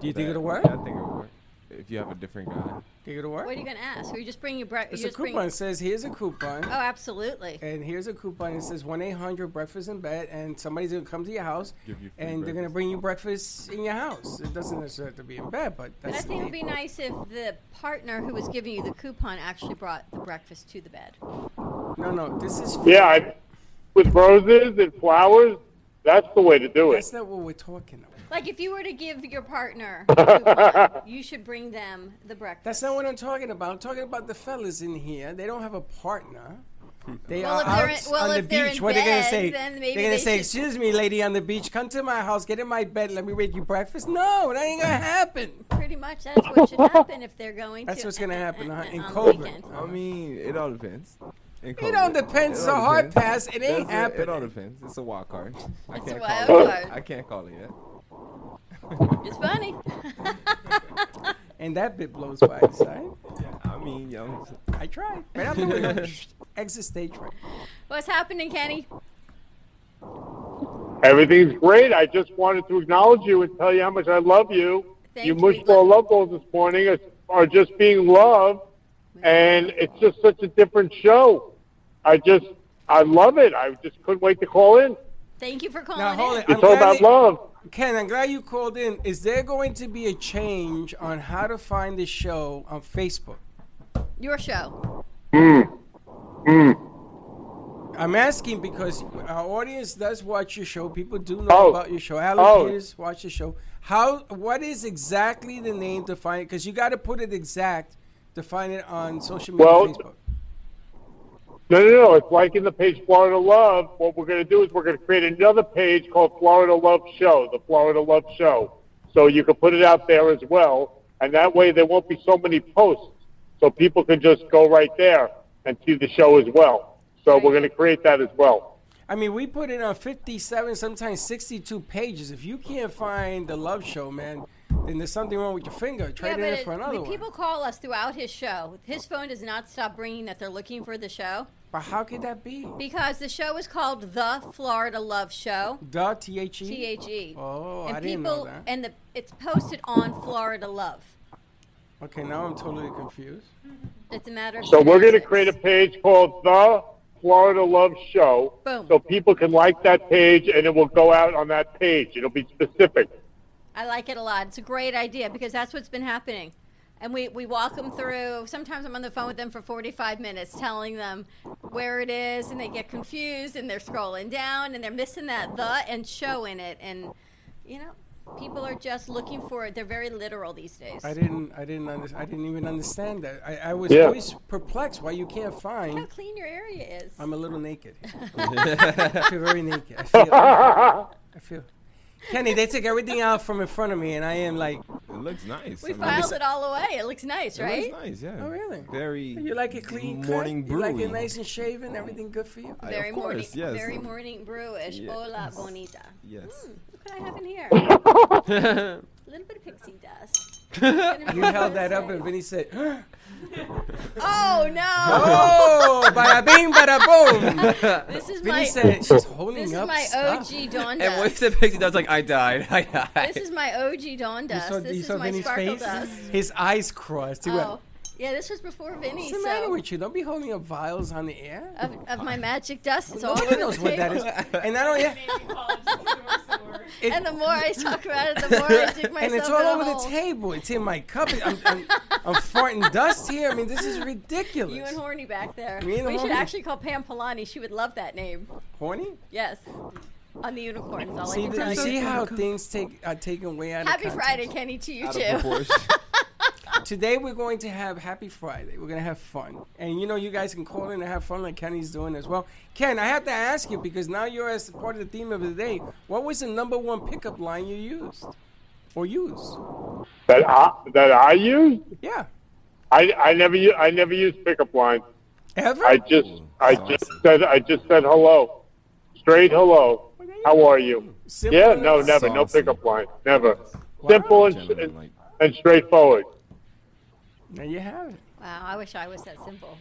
[SPEAKER 1] Do you think
[SPEAKER 5] That-
[SPEAKER 1] it'll work?
[SPEAKER 5] yeah, I think it'll work. If you have a different guy.
[SPEAKER 1] Think it'll work?
[SPEAKER 2] What are you going to ask? Are you just bringing your
[SPEAKER 1] It's
[SPEAKER 2] breakfast?
[SPEAKER 1] a coupon. It says here's a coupon,
[SPEAKER 2] Oh, absolutely.
[SPEAKER 1] and here's a coupon. It says one eight hundred breakfast in bed, and somebody's gonna come to your house,
[SPEAKER 5] Give you free
[SPEAKER 1] and they're gonna
[SPEAKER 5] breakfast.
[SPEAKER 1] bring you breakfast in your house. It doesn't necessarily have to be in bed, but
[SPEAKER 2] And
[SPEAKER 1] that's the
[SPEAKER 2] I think it would be
[SPEAKER 1] deal.
[SPEAKER 2] nice if the partner who was giving you the coupon actually brought the breakfast to the bed.
[SPEAKER 1] No, no, this is
[SPEAKER 7] Yeah, I, with roses and flowers, that's the way to do it.
[SPEAKER 1] that's not what we're talking about.
[SPEAKER 2] Like if you were to give your partner a coupon, you should bring them the breakfast.
[SPEAKER 1] That's not what I'm talking about. I'm talking about the fellas in here. They don't have a partner. They
[SPEAKER 2] Well,
[SPEAKER 1] are
[SPEAKER 2] if they're
[SPEAKER 1] out
[SPEAKER 2] in- well,
[SPEAKER 1] on the
[SPEAKER 2] if they're
[SPEAKER 1] beach.
[SPEAKER 2] in
[SPEAKER 1] What are they gonna
[SPEAKER 2] bed,
[SPEAKER 1] say?
[SPEAKER 2] then
[SPEAKER 1] They're
[SPEAKER 2] maybe
[SPEAKER 1] gonna
[SPEAKER 2] they
[SPEAKER 1] say,
[SPEAKER 2] should-
[SPEAKER 1] "Excuse me, lady on the beach, come to my house, get in my bed, let me make you breakfast." No, Oh, that ain't
[SPEAKER 2] [LAUGHS]
[SPEAKER 1] gonna happen.
[SPEAKER 2] Pretty much that's what should happen if they're going
[SPEAKER 1] That's
[SPEAKER 2] to.
[SPEAKER 1] what's gonna happen huh, in
[SPEAKER 2] Uh, on the weekend.
[SPEAKER 1] COVID.
[SPEAKER 5] I mean, it all depends. In
[SPEAKER 1] It
[SPEAKER 5] COVID.
[SPEAKER 1] all depends.
[SPEAKER 5] It
[SPEAKER 1] It's a
[SPEAKER 5] all
[SPEAKER 1] hard
[SPEAKER 5] depends.
[SPEAKER 1] pass. It
[SPEAKER 5] That's
[SPEAKER 1] ain't
[SPEAKER 5] it. It all
[SPEAKER 1] happening.
[SPEAKER 5] depends. It's a wild card. I
[SPEAKER 2] It's a
[SPEAKER 5] can't
[SPEAKER 2] wild
[SPEAKER 5] call it.
[SPEAKER 2] card.
[SPEAKER 5] I can't call it yet.
[SPEAKER 1] [LAUGHS]
[SPEAKER 2] It's funny. [LAUGHS]
[SPEAKER 1] And that bit blows by the side.
[SPEAKER 5] I mean, yo,
[SPEAKER 1] I tried. Right after we go, [LAUGHS] exit stage right.
[SPEAKER 2] What's happening, Kenny?
[SPEAKER 7] Everything's great. I just wanted to acknowledge you and tell you how much I love you.
[SPEAKER 2] Thank
[SPEAKER 7] you
[SPEAKER 2] you.
[SPEAKER 7] mushball love balls this morning are- are just being loved, and it's just such a different show. I just, I love it. I just couldn't wait to call in.
[SPEAKER 2] Thank you for calling
[SPEAKER 1] Now hold
[SPEAKER 2] in.
[SPEAKER 1] it.
[SPEAKER 7] It's
[SPEAKER 1] I'm glad
[SPEAKER 7] all about
[SPEAKER 1] that-
[SPEAKER 7] love.
[SPEAKER 1] Ken, I'm glad you called in. Is there going to be a change on how to find the show on Facebook?
[SPEAKER 2] Your show.
[SPEAKER 1] Mm. I'm asking because our audience does watch your show. People do know
[SPEAKER 7] Oh.
[SPEAKER 1] about your show.
[SPEAKER 7] Oh.
[SPEAKER 1] Allocators watch the show. How? What is exactly the name to find it? Because you got to put it exact to find it on social media,
[SPEAKER 7] Well-
[SPEAKER 1] Facebook.
[SPEAKER 7] No, no, no. It's like in the page Florida Love. What we're going to do is we're going to create another page called Florida Love Show, the Florida Love Show. So you can put it out there as well. And that way there won't be so many posts. So people can just go right there and see the show as well. So we're going to create that as well.
[SPEAKER 1] I mean, we put it on 57, sometimes 62 pages. If you can't find the love show, man, then there's something wrong with your finger. Try
[SPEAKER 2] yeah,
[SPEAKER 1] it
[SPEAKER 2] but
[SPEAKER 1] in
[SPEAKER 2] it-
[SPEAKER 1] for another
[SPEAKER 2] when
[SPEAKER 1] one.
[SPEAKER 2] people call us throughout his show, his phone does not stop ringing that they're looking for the show
[SPEAKER 1] but how could that be?
[SPEAKER 2] because the show is called The Florida Love Show.
[SPEAKER 1] Duh, T H E.
[SPEAKER 2] T H E.
[SPEAKER 1] Oh,
[SPEAKER 2] and
[SPEAKER 1] I
[SPEAKER 2] people,
[SPEAKER 1] didn't know that.
[SPEAKER 2] And the, it's posted on Florida Love.
[SPEAKER 1] Okay, now I'm totally confused.
[SPEAKER 2] It's a matter of.
[SPEAKER 7] So we're going to
[SPEAKER 2] semantics.
[SPEAKER 7] create a page called The Florida Love Show.
[SPEAKER 2] Boom.
[SPEAKER 7] So people can like that page and it will go out on that page. It'll be specific.
[SPEAKER 2] I like it a lot. It's a great idea because that's what's been happening. And we, we walk them through. Sometimes I'm on the phone with them for 45 minutes telling them where it is, and they get confused and they're scrolling down and they're missing that the and show in it. And, you know, people are just looking for it. They're very literal these days.
[SPEAKER 1] I
[SPEAKER 2] Look
[SPEAKER 1] didn't. I didn't. Under, I didn't even understand that. I, I was
[SPEAKER 7] Yeah.
[SPEAKER 1] always perplexed why you can't
[SPEAKER 2] how
[SPEAKER 1] find.
[SPEAKER 2] clean your area is.
[SPEAKER 1] I'm a little
[SPEAKER 2] [LAUGHS]
[SPEAKER 1] naked. I feel very naked. I feel. I feel. Kenny, they took everything out from in front of me, and I am like,
[SPEAKER 5] it looks nice.
[SPEAKER 2] we
[SPEAKER 5] I mean,
[SPEAKER 2] filed it all away. It looks nice,
[SPEAKER 5] It
[SPEAKER 2] right?
[SPEAKER 5] looks nice, yeah.
[SPEAKER 1] Oh, really?
[SPEAKER 5] Very.
[SPEAKER 1] you like it clean, cut?
[SPEAKER 5] Morning
[SPEAKER 1] You like it
[SPEAKER 5] brewy.
[SPEAKER 1] nice and shaven. Everything good for you.
[SPEAKER 5] I-
[SPEAKER 2] Very
[SPEAKER 5] of course,
[SPEAKER 2] morning,
[SPEAKER 5] yes.
[SPEAKER 2] very morning brewish.
[SPEAKER 5] Yes. [LAUGHS]
[SPEAKER 2] Hola bonita.
[SPEAKER 5] Yes.
[SPEAKER 2] Look what I have
[SPEAKER 5] [LAUGHS]
[SPEAKER 2] in here. A little bit of pixie dust.
[SPEAKER 1] [LAUGHS] You held that up, and Vinny said,
[SPEAKER 2] [GASPS] Oh no!
[SPEAKER 1] "Oh, bada bing, bada boom."
[SPEAKER 2] [LAUGHS] This is
[SPEAKER 1] Vinny
[SPEAKER 2] my
[SPEAKER 1] said, "She's holding
[SPEAKER 2] this is
[SPEAKER 1] up
[SPEAKER 2] my
[SPEAKER 1] stuff."
[SPEAKER 2] OG
[SPEAKER 1] [LAUGHS]
[SPEAKER 2] Dawn
[SPEAKER 4] And when he
[SPEAKER 2] dust.
[SPEAKER 4] said pixie dust, like I died. I died.
[SPEAKER 2] This
[SPEAKER 4] [LAUGHS]
[SPEAKER 2] is my OG Dawn
[SPEAKER 1] You
[SPEAKER 2] dust.
[SPEAKER 1] saw,
[SPEAKER 2] this
[SPEAKER 1] you
[SPEAKER 2] is
[SPEAKER 1] saw
[SPEAKER 2] my
[SPEAKER 1] Vinny's
[SPEAKER 2] sparkle
[SPEAKER 1] face.
[SPEAKER 2] dust.
[SPEAKER 1] His eyes crossed. He went,
[SPEAKER 2] Oh, yeah. This was before Vinny.
[SPEAKER 1] What's the
[SPEAKER 2] so
[SPEAKER 1] matter with you? Don't be holding up vials on the air.
[SPEAKER 2] of, of my magic dust, it's all over
[SPEAKER 1] Nobody knows
[SPEAKER 2] the
[SPEAKER 1] what that
[SPEAKER 2] table. [LAUGHS]
[SPEAKER 1] is. And not only that,
[SPEAKER 6] Maybe college is the worst.
[SPEAKER 1] it-
[SPEAKER 2] And the
[SPEAKER 1] [LAUGHS]
[SPEAKER 2] more I talk about it, the more I dig myself
[SPEAKER 1] and it's
[SPEAKER 2] in
[SPEAKER 1] all
[SPEAKER 2] a
[SPEAKER 1] over
[SPEAKER 2] hole.
[SPEAKER 1] the table. It's in my cup. I'm, I'm, I'm farting dust here. I mean, this is ridiculous.
[SPEAKER 2] You and Horny back there.
[SPEAKER 1] Me and
[SPEAKER 2] we should
[SPEAKER 1] Horny.
[SPEAKER 2] actually call Pam Polani. She would love that name.
[SPEAKER 1] horny?
[SPEAKER 2] Yes. on the unicorns. All
[SPEAKER 1] See,
[SPEAKER 2] I can
[SPEAKER 1] th-
[SPEAKER 2] tell you.
[SPEAKER 1] see how things take are taken away out
[SPEAKER 2] Happy
[SPEAKER 1] of
[SPEAKER 2] Friday,
[SPEAKER 1] context.
[SPEAKER 2] Kenny, to you
[SPEAKER 5] Out of
[SPEAKER 2] too.
[SPEAKER 5] proportion.
[SPEAKER 1] Today we're going to have Happy Friday. We're going to have fun. And you know, you guys can call in and have fun like Kenny's doing as well. Ken, I have to ask you because now you're as part of the theme of the day. What was the number one pickup line you used? Or use?
[SPEAKER 7] That I that I used.
[SPEAKER 1] Yeah.
[SPEAKER 7] I I never u- I never used pickup lines.
[SPEAKER 1] Ever?
[SPEAKER 7] I just I
[SPEAKER 5] Saucy.
[SPEAKER 7] just said I just said hello, straight hello. How are you?
[SPEAKER 1] Simple
[SPEAKER 7] Yeah,
[SPEAKER 1] and-
[SPEAKER 7] no, never, no
[SPEAKER 5] Saucy.
[SPEAKER 7] pickup line, never. Simple and,
[SPEAKER 5] Gentlemen,
[SPEAKER 7] and,
[SPEAKER 5] like,
[SPEAKER 7] and straightforward.
[SPEAKER 1] There you have it.
[SPEAKER 2] [LAUGHS] Wow, I wish I was that simple.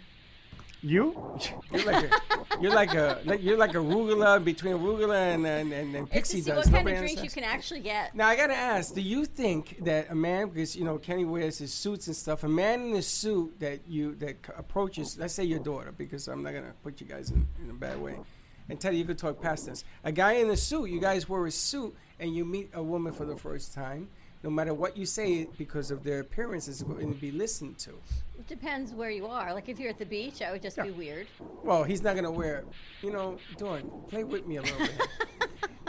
[SPEAKER 1] You? You're like a, you're like a, like, you're like a rugula between rugula and, and, and, and
[SPEAKER 2] It's
[SPEAKER 1] pixie
[SPEAKER 2] to see
[SPEAKER 1] dust.
[SPEAKER 2] what kind
[SPEAKER 1] Nobody
[SPEAKER 2] of drinks you
[SPEAKER 1] understands.
[SPEAKER 2] can actually get.
[SPEAKER 1] Now I gotta ask: Do you think that a man, because you know Kenny wears his suits and stuff, a man in a suit that you that c- approaches, let's say your daughter, because I'm not gonna put you guys in, in a bad way, and Teddy, you could talk past this. A guy in a suit, you guys wear a suit, and you meet a woman for the first time. No matter what you say, because of their appearance, is going to be listened to.
[SPEAKER 2] It depends where you are. Like if you're at the beach, I would just be weird.
[SPEAKER 1] Well, he's not gonna wear, you know, Dawn, play with me a little bit.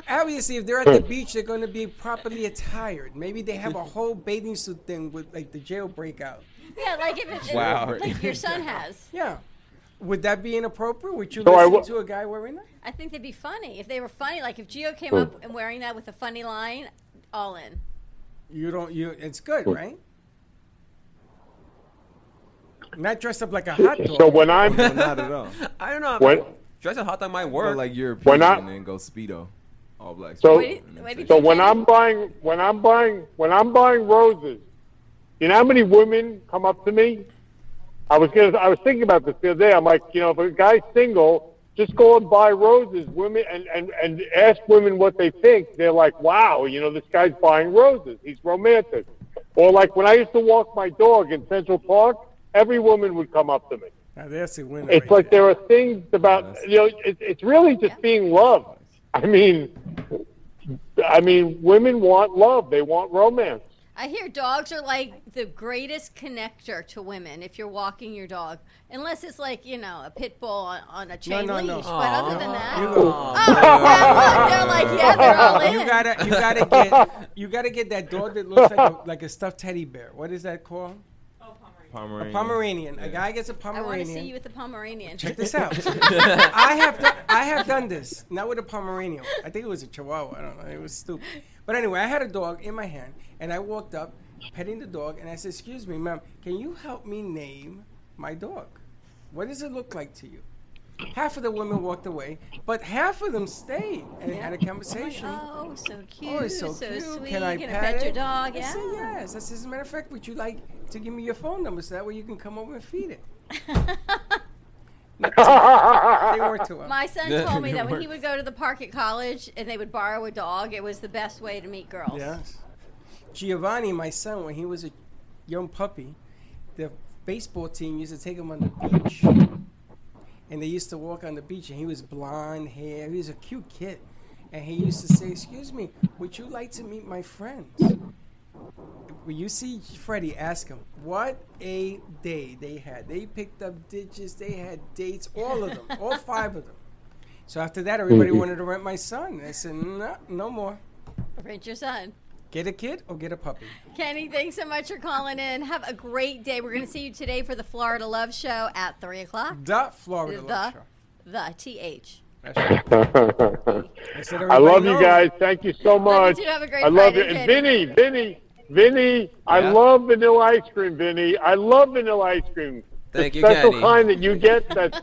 [SPEAKER 1] Obviously, if they're at the beach, they're gonna be properly attired. Maybe they have a whole bathing suit thing with like the jail breakout.
[SPEAKER 2] Yeah, like if it's
[SPEAKER 5] Wow.
[SPEAKER 2] like your son has.
[SPEAKER 1] Yeah. Would that be inappropriate? Would you
[SPEAKER 7] So I
[SPEAKER 1] listen
[SPEAKER 7] wa-
[SPEAKER 1] to a guy wearing that?
[SPEAKER 2] I think they'd be funny if they were funny. Like if Geo came up and wearing that with a funny line, all in.
[SPEAKER 1] You don't. You. It's good, right? Not dressed up like a hot dog.
[SPEAKER 7] So when I'm
[SPEAKER 5] no, not at
[SPEAKER 1] [LAUGHS]
[SPEAKER 5] all.
[SPEAKER 4] I don't know.
[SPEAKER 7] when
[SPEAKER 4] Dress a hot dog might
[SPEAKER 5] Or
[SPEAKER 4] work.
[SPEAKER 5] like European
[SPEAKER 7] not-
[SPEAKER 5] and then go speedo, all black.
[SPEAKER 7] So-
[SPEAKER 2] What do you- what do you
[SPEAKER 7] so
[SPEAKER 2] think,
[SPEAKER 7] when
[SPEAKER 2] Kenny?
[SPEAKER 7] I'm buying when I'm buying when I'm buying roses, you know how many women come up to me? I was gonna I was thinking about this the other day. I'm like, you know, if a guy's single, just go and buy roses. Women and and and ask women what they think. They're like, wow, you know, this guy's buying roses. He's romantic. Or like when I used to walk my dog in Central Park, every woman would come up to me.
[SPEAKER 1] Now that's a winner.
[SPEAKER 7] It's
[SPEAKER 1] right
[SPEAKER 7] like
[SPEAKER 1] there.
[SPEAKER 7] there are things about you know. It, it's really just being loved. I mean, I mean, women want love. They want romance. [LAUGHS]
[SPEAKER 2] I hear dogs are like the greatest connector to women if you're walking your dog, unless it's like you know a pit bull on, on a chain
[SPEAKER 1] no,
[SPEAKER 2] leash.
[SPEAKER 1] no.
[SPEAKER 2] But other than that,
[SPEAKER 1] You
[SPEAKER 2] oh,
[SPEAKER 1] go-
[SPEAKER 2] yeah, look, they're like yeah, they're all in.
[SPEAKER 1] You gotta, you gotta get, you gotta get that dog that looks like a, like a stuffed teddy bear. What is that called?
[SPEAKER 6] Oh, Pomeranian.
[SPEAKER 5] Pomeranian.
[SPEAKER 1] Pomeranian.
[SPEAKER 5] Yeah.
[SPEAKER 1] A guy gets a
[SPEAKER 2] I want to see
[SPEAKER 1] Pomeranian.
[SPEAKER 2] you with the Pomeranian.
[SPEAKER 1] Check this [LAUGHS]
[SPEAKER 2] [LAUGHS]
[SPEAKER 1] out. I have done, I have done this not with a Pomeranian. I think it was a Chihuahua. I don't know. It was stupid. But anyway, I had a dog in my hand, and I walked up, petting the dog, and I said, "Excuse me, ma'am, can you help me name my dog? What does it look like to you?" Half of the women walked away, but half of them stayed and had a conversation.
[SPEAKER 2] Oh, so cute.
[SPEAKER 1] Oh, it's so, cute.
[SPEAKER 2] sweet.
[SPEAKER 1] Can I
[SPEAKER 2] Gonna
[SPEAKER 1] pet,
[SPEAKER 2] pet
[SPEAKER 1] it?
[SPEAKER 2] your dog?
[SPEAKER 1] I
[SPEAKER 2] Yeah.
[SPEAKER 1] said yes. I said, as a matter of fact, would you like to give me your phone number so that way you can come over and feed it?
[SPEAKER 2] [LAUGHS]
[SPEAKER 1] They weren't too well.
[SPEAKER 2] My
[SPEAKER 5] [LAUGHS]
[SPEAKER 2] son
[SPEAKER 5] Yeah,
[SPEAKER 1] [LAUGHS]
[SPEAKER 2] told me
[SPEAKER 5] it
[SPEAKER 2] that when he
[SPEAKER 5] works.
[SPEAKER 2] would go to the park at college and they would borrow a dog, it was the best way to meet girls.
[SPEAKER 1] Yes. Giovanni, my son, when he was a young puppy, the baseball team used to take him on the beach. And they used to walk on the beach, and he was blonde hair. He was a cute kid. And he used to say, Excuse me, would you like to meet my friends? When you see Freddie, ask him, What a day they had. They picked up ditches, they had dates, all of them, all five of them. So after that, everybody wanted to rent my son. I said, No, no more.
[SPEAKER 2] Rent your son.
[SPEAKER 1] Get a kid or get a puppy.
[SPEAKER 2] Kenny, thanks so much for calling in. Have a great day. We're going to see you today for the Florida Love Show at 3 o'clock.
[SPEAKER 1] The Florida
[SPEAKER 2] The-
[SPEAKER 1] Love Show.
[SPEAKER 2] The TH.
[SPEAKER 1] That's right.
[SPEAKER 7] I
[SPEAKER 1] I, said everybody
[SPEAKER 7] love you
[SPEAKER 1] knows.
[SPEAKER 7] guys. Thank you so much.
[SPEAKER 2] too. Have a great
[SPEAKER 7] I love you.
[SPEAKER 2] Friday,
[SPEAKER 7] And
[SPEAKER 2] Vinny.
[SPEAKER 7] Vinny, Vinny, Vinny, I
[SPEAKER 5] Yeah?
[SPEAKER 7] love vanilla ice cream, Vinny. I love vanilla ice cream.
[SPEAKER 4] Thank
[SPEAKER 7] the
[SPEAKER 4] you,
[SPEAKER 7] special
[SPEAKER 4] Kenny.
[SPEAKER 7] kind that you get that's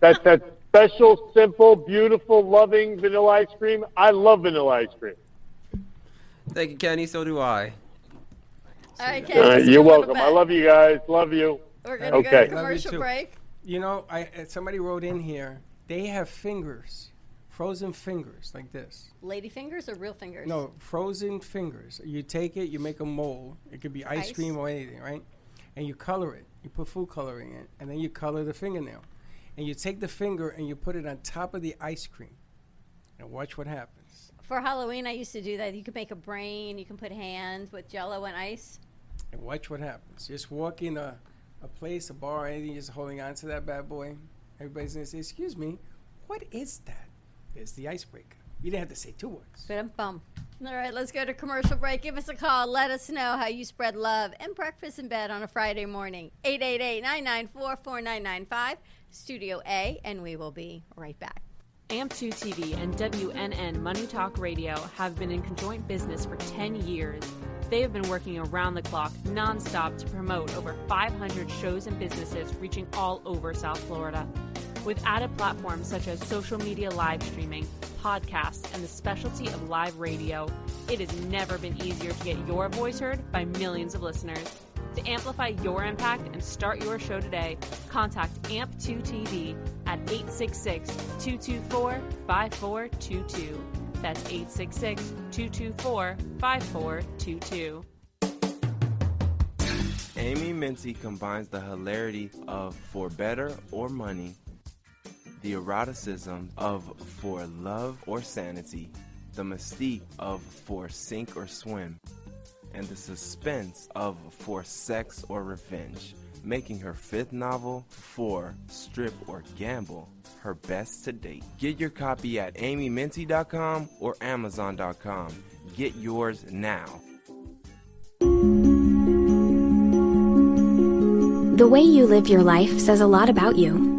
[SPEAKER 7] that's that special, simple, beautiful, loving vanilla ice cream. I love vanilla ice cream.
[SPEAKER 4] Thank you, Kenny. So do I.
[SPEAKER 2] All right, Kenny.
[SPEAKER 7] All right,
[SPEAKER 2] let's
[SPEAKER 7] you're
[SPEAKER 2] go to
[SPEAKER 7] welcome.
[SPEAKER 2] bed.
[SPEAKER 7] I love you guys. Love you.
[SPEAKER 2] We're going to
[SPEAKER 7] Okay.
[SPEAKER 2] go
[SPEAKER 7] Love
[SPEAKER 2] to
[SPEAKER 7] you
[SPEAKER 2] commercial
[SPEAKER 1] too.
[SPEAKER 2] break.
[SPEAKER 1] You know, I uh, somebody wrote in here. They have fingers, frozen fingers like this.
[SPEAKER 2] Lady fingers or real fingers?
[SPEAKER 1] No, frozen fingers. You take it, you make a mold. It could be ice,
[SPEAKER 2] Ice.
[SPEAKER 1] cream or anything, right? And you color it. You put food coloring in, it, and then you color the fingernail. And you take the finger and you put it on top of the ice cream, and watch what happens.
[SPEAKER 2] For Halloween, I used to do that. You could make a brain. You can put hands with jello and ice.
[SPEAKER 1] And watch what happens. Just walk in a, a place, a bar, or anything, just holding on to that bad boy. Everybody's gonna say, "Excuse me, what is that?" It's the icebreaker. You didn't have to say two words.
[SPEAKER 2] But I'm bum. All right, let's go to commercial break. Give us a call. Let us know how you spread love and breakfast in bed on a Friday morning. 888-994-4995, Studio A, and we will be right back.
[SPEAKER 8] AMP2 TV and WNN Money Talk Radio have been in conjoint business for 10 years. They have been working around the clock, nonstop, to promote over 500 shows and businesses reaching all over South Florida. With added platforms such as social media live streaming, podcasts, and the specialty of live radio, it has never been easier to get your voice heard by millions of listeners. To amplify your impact and start your show today, contact AMP2TV at 866 224 5422. That's 866 224 5422.
[SPEAKER 5] Amy Minty combines the hilarity of For Better or Money, the eroticism of For Love or Sanity, the mystique of For Sink or Swim, and the suspense of For Sex or Revenge, making her fifth novel, For Strip or Gamble, her best to date. Get your copy at amyminty.com or amazon.com. Get yours now.
[SPEAKER 9] The way you live your life says a lot about you.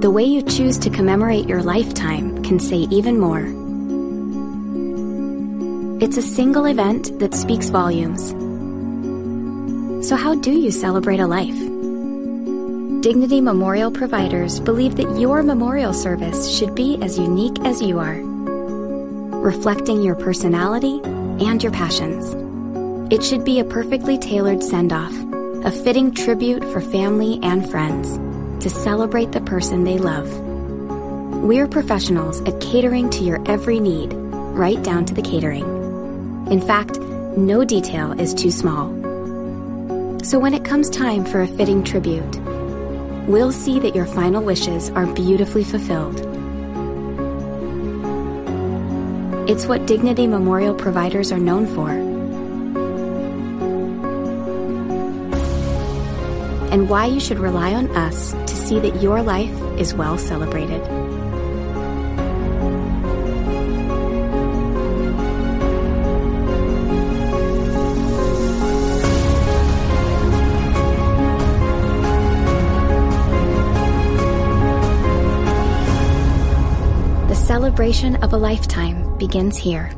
[SPEAKER 9] The way you choose to commemorate your lifetime can say even more. It's a single event that speaks volumes. So, how do you celebrate a life? Dignity Memorial providers believe that your memorial service should be as unique as you are reflecting your personality and your passions. It should be a perfectly tailored send off, a fitting tribute for family and friends to celebrate the person they love. We're professionals at catering to your every need, right down to the catering. In fact, no detail is too small. So when it comes time for a fitting tribute, we'll see that your final wishes are beautifully fulfilled. It's what Dignity Memorial providers are known for. And why you should rely on us to see that your life is well celebrated. The celebration of a lifetime begins here.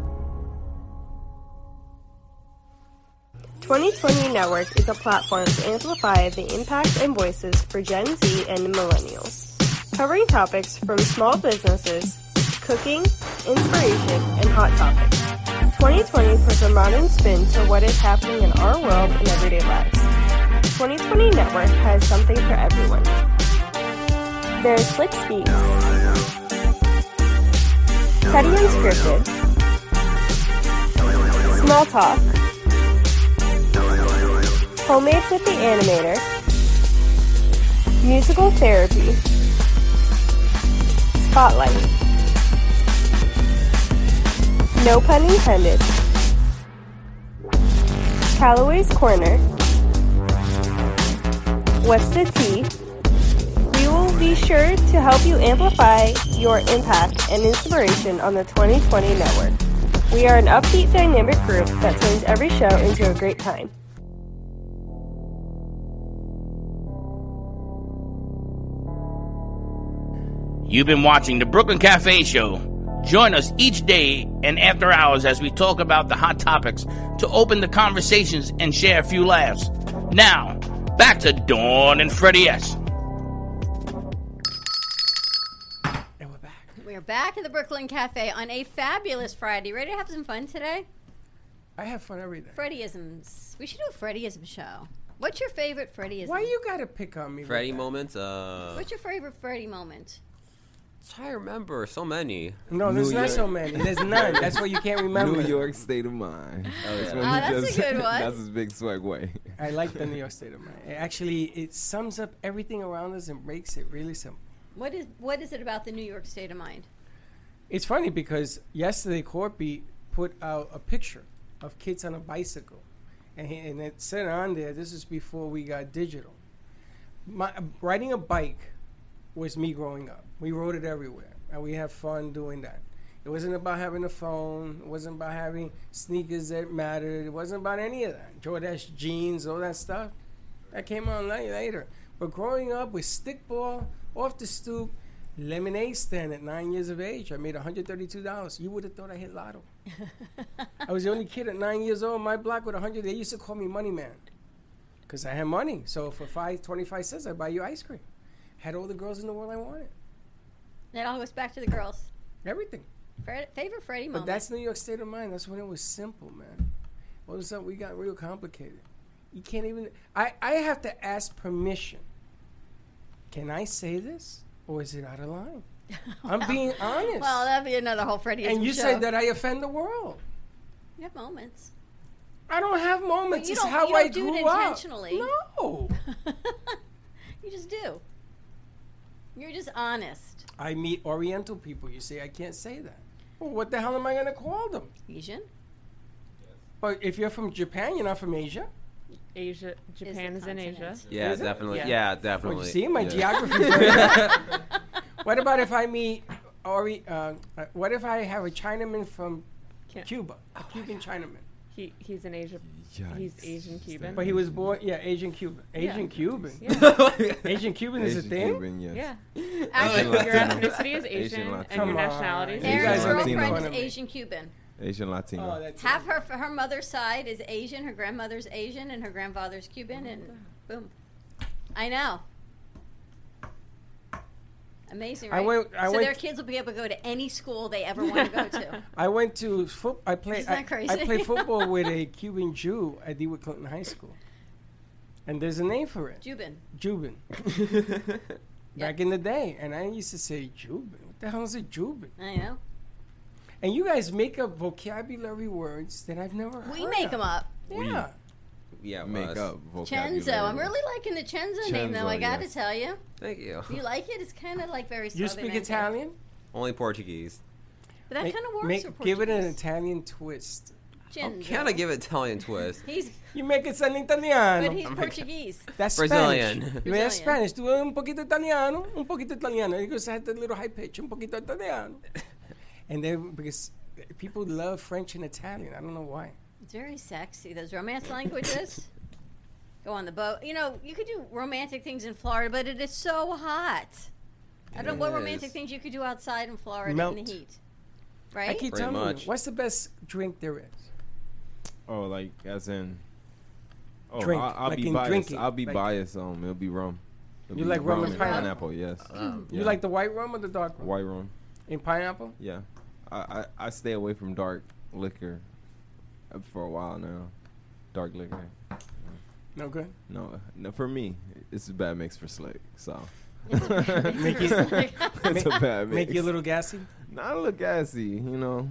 [SPEAKER 10] 2020 Network is a platform to amplify the impact and voices for Gen Z and millennials, covering topics from small businesses, cooking, inspiration, and hot topics. 2020 puts a modern spin to what is happening in our world and everyday lives. 2020 Network has something for everyone. There's Slick Speaks, Teddy Unscripted, Small Talk, Homemade with the Animator, Musical Therapy, Spotlight, No Pun Intended, Callaway's Corner, What's the Tea? We will be sure to help you amplify your impact and inspiration on the 2020 network. We are an upbeat, dynamic group that turns every show into a great time.
[SPEAKER 11] You've been watching the Brooklyn Cafe Show. Join us each day and after hours as we talk about the hot topics to open the conversations and share a few laughs. Now, back to Dawn and Freddie S.
[SPEAKER 2] We're back at the Brooklyn Cafe on a fabulous Friday. Ready to have some fun today?
[SPEAKER 1] I have fun every day.
[SPEAKER 2] Freddyisms. We should do a Freddyism show. What's your favorite Freddyism?
[SPEAKER 1] Why you gotta pick on me? with
[SPEAKER 4] Freddy
[SPEAKER 1] that?
[SPEAKER 4] moments. Uh, I'm
[SPEAKER 2] What's your favorite Freddy moment?
[SPEAKER 4] trying to remember so many.
[SPEAKER 1] No, there's
[SPEAKER 5] New
[SPEAKER 1] not
[SPEAKER 5] York.
[SPEAKER 1] so many. There's none. That's why you can't remember.
[SPEAKER 5] New York State of Mind.
[SPEAKER 4] yeah.
[SPEAKER 5] when
[SPEAKER 2] Oh,
[SPEAKER 5] he
[SPEAKER 2] that's a good one.
[SPEAKER 5] That's his big swag way.
[SPEAKER 1] I like the New York State of Mind. It actually, it sums up everything around us and breaks it really simple.
[SPEAKER 2] What is what is it about the New York state of mind?
[SPEAKER 1] It's funny because yesterday Corby put out a picture of kids on a bicycle, and, he, and it said on there, "This is before we got digital," my, riding a bike was me growing up. We rode it everywhere, and we had fun doing that. It wasn't about having a phone. It wasn't about having sneakers that mattered. It wasn't about any of that. Jordache jeans, all that stuff. That came on la- later. But growing up with stickball, off the stoop, lemonade stand at nine years of age, I made $132. You would have thought I hit lotto. I was the only kid at nine years old. My block with 100. They used to call me Money Man because I had money. So for five, 25 cents, I'd buy you ice cream. Had all the girls in the world I wanted.
[SPEAKER 2] It all goes back to the girls.
[SPEAKER 1] Everything.
[SPEAKER 2] Fred, favorite Freddie
[SPEAKER 1] But
[SPEAKER 2] moment.
[SPEAKER 1] that's New York state of mind. That's when it was simple, man. All of a sudden, we got real complicated. You can't even. I, I have to ask permission. Can I say this, or is it out of line? I'm being honest.
[SPEAKER 2] Well, that'd be another whole Freddie.
[SPEAKER 1] and you said that I offend the world.
[SPEAKER 2] You have moments.
[SPEAKER 1] I don't have moments.
[SPEAKER 2] you
[SPEAKER 1] it's
[SPEAKER 2] don't-
[SPEAKER 1] how
[SPEAKER 2] you
[SPEAKER 1] I
[SPEAKER 2] don't do it
[SPEAKER 1] grew up.
[SPEAKER 2] intentionally.
[SPEAKER 1] No.
[SPEAKER 2] [LAUGHS] You just do. You're just honest.
[SPEAKER 1] I meet Oriental people. You say I can't say that. Well, what the hell am I going to call them?
[SPEAKER 2] Asian.
[SPEAKER 1] But if you're from Japan, you're not from Asia.
[SPEAKER 3] Asia, Japan is, in Asia.
[SPEAKER 4] Yeah,
[SPEAKER 1] Is it?
[SPEAKER 4] definitely. Yeah, definitely.
[SPEAKER 1] Well, you see, my
[SPEAKER 4] Yeah. [LAUGHS]
[SPEAKER 1] geography. very- what about if I meet Ori? Uh, uh, what if I have a Chinaman from Cuba, a Cuban Chinaman?
[SPEAKER 3] He he's an Asian. Oh He's Asian Cuban.
[SPEAKER 1] But he was born, yeah, Asian Cuban.
[SPEAKER 3] Yeah.
[SPEAKER 1] Asian Cuban.
[SPEAKER 4] [LAUGHS]
[SPEAKER 3] Yeah.
[SPEAKER 1] Asian Cuban is a
[SPEAKER 5] Asian
[SPEAKER 1] thing.
[SPEAKER 5] Cuban, yes.
[SPEAKER 3] Yeah.
[SPEAKER 5] Asian
[SPEAKER 3] Actually, your
[SPEAKER 5] Latino.
[SPEAKER 3] ethnicity is Asian, and your
[SPEAKER 5] Latino.
[SPEAKER 3] nationality is
[SPEAKER 5] Asian
[SPEAKER 2] Aaron's girlfriend is
[SPEAKER 5] Latino.
[SPEAKER 2] Asian Cuban.
[SPEAKER 5] Asian Latino.
[SPEAKER 1] Oh,
[SPEAKER 2] Half her her mother's side is Asian. Her grandmother's Asian, and her grandfather's Cuban.
[SPEAKER 1] Oh,
[SPEAKER 2] and boom, I know. Amazing,
[SPEAKER 1] I
[SPEAKER 2] right?
[SPEAKER 1] went- I
[SPEAKER 2] so
[SPEAKER 1] went-
[SPEAKER 2] their kids will be able to go to any school they ever want to
[SPEAKER 1] [LAUGHS]
[SPEAKER 2] go to.
[SPEAKER 1] I went to foot. I played.
[SPEAKER 2] Isn't that
[SPEAKER 1] I,
[SPEAKER 2] crazy?
[SPEAKER 1] I
[SPEAKER 3] [LAUGHS]
[SPEAKER 1] played football with a Cuban Jew at Dewitt Clinton High School, and there's a name for it.
[SPEAKER 2] Jubin. [LAUGHS]
[SPEAKER 1] Jubin. Back in the day, and I used to say Jubin. What the hell is a Jubin?
[SPEAKER 2] I know.
[SPEAKER 1] And you guys make up vocabulary words that I've never heard.
[SPEAKER 2] We make
[SPEAKER 1] of.
[SPEAKER 2] them up.
[SPEAKER 1] Yeah.
[SPEAKER 4] Yeah,
[SPEAKER 5] Make
[SPEAKER 4] us.
[SPEAKER 5] up vocabulary.
[SPEAKER 2] Chenzo. I'm really liking the Chenzo, name, though.
[SPEAKER 4] Chenzo,
[SPEAKER 2] I got
[SPEAKER 4] yes.
[SPEAKER 2] to tell you.
[SPEAKER 4] Thank you.
[SPEAKER 2] You like it? It's kind of like very.
[SPEAKER 1] You
[SPEAKER 2] Southern,
[SPEAKER 1] speak
[SPEAKER 2] I think.
[SPEAKER 1] Italian?
[SPEAKER 4] Only Portuguese.
[SPEAKER 2] but that
[SPEAKER 1] Make-
[SPEAKER 2] kind of works
[SPEAKER 1] make-
[SPEAKER 2] for Portuguese.
[SPEAKER 1] Give it an Italian twist.
[SPEAKER 2] Chenzo.
[SPEAKER 4] Can I give it Italian twist?
[SPEAKER 2] He's
[SPEAKER 1] You make it sound Italiano.
[SPEAKER 2] but he's Portuguese.
[SPEAKER 1] [LAUGHS] That's
[SPEAKER 4] Brazilian.
[SPEAKER 1] Spanish. You mean Spanish. Do un poquito italiano, un poquito italiano. You just had that little high pitch, un poquito italiano.
[SPEAKER 2] [LAUGHS]
[SPEAKER 1] and then because people love French and Italian, I don't know why.
[SPEAKER 2] It's very sexy. Those romance
[SPEAKER 1] [LAUGHS]
[SPEAKER 2] languages. Go on the boat. You know, you could do romantic things in Florida, but it is so hot. I don't know what
[SPEAKER 1] It
[SPEAKER 2] romantic
[SPEAKER 1] is.
[SPEAKER 2] things you could do outside in Florida in
[SPEAKER 1] Melt.
[SPEAKER 2] the heat. Right?
[SPEAKER 1] I keep
[SPEAKER 5] Pretty
[SPEAKER 1] telling
[SPEAKER 5] much.
[SPEAKER 1] you, what's the best drink there is?
[SPEAKER 5] Oh, like as in. Oh,
[SPEAKER 1] Drink,
[SPEAKER 5] I'll, I'll
[SPEAKER 1] like
[SPEAKER 5] be
[SPEAKER 1] in
[SPEAKER 5] biased.
[SPEAKER 1] drinking,
[SPEAKER 5] I'll be
[SPEAKER 1] like-
[SPEAKER 5] biased. Um, it'll be rum. It'll
[SPEAKER 1] You
[SPEAKER 5] be
[SPEAKER 1] like rum and pineapple?
[SPEAKER 5] Yes.
[SPEAKER 2] Mm.
[SPEAKER 5] Um,
[SPEAKER 1] You
[SPEAKER 5] Yeah.
[SPEAKER 1] like the white rum or the dark rum?
[SPEAKER 5] white rum?
[SPEAKER 1] In pineapple?
[SPEAKER 5] Yeah. I, I I stay away from dark liquor uh, for a while now. Dark liquor.
[SPEAKER 1] No good.
[SPEAKER 5] No, no. For me, it's a bad mix for Slick. So. [LAUGHS]
[SPEAKER 1] Make you,
[SPEAKER 5] it's a bad mix.
[SPEAKER 1] make you a little gassy?
[SPEAKER 5] Not a little gassy, you know.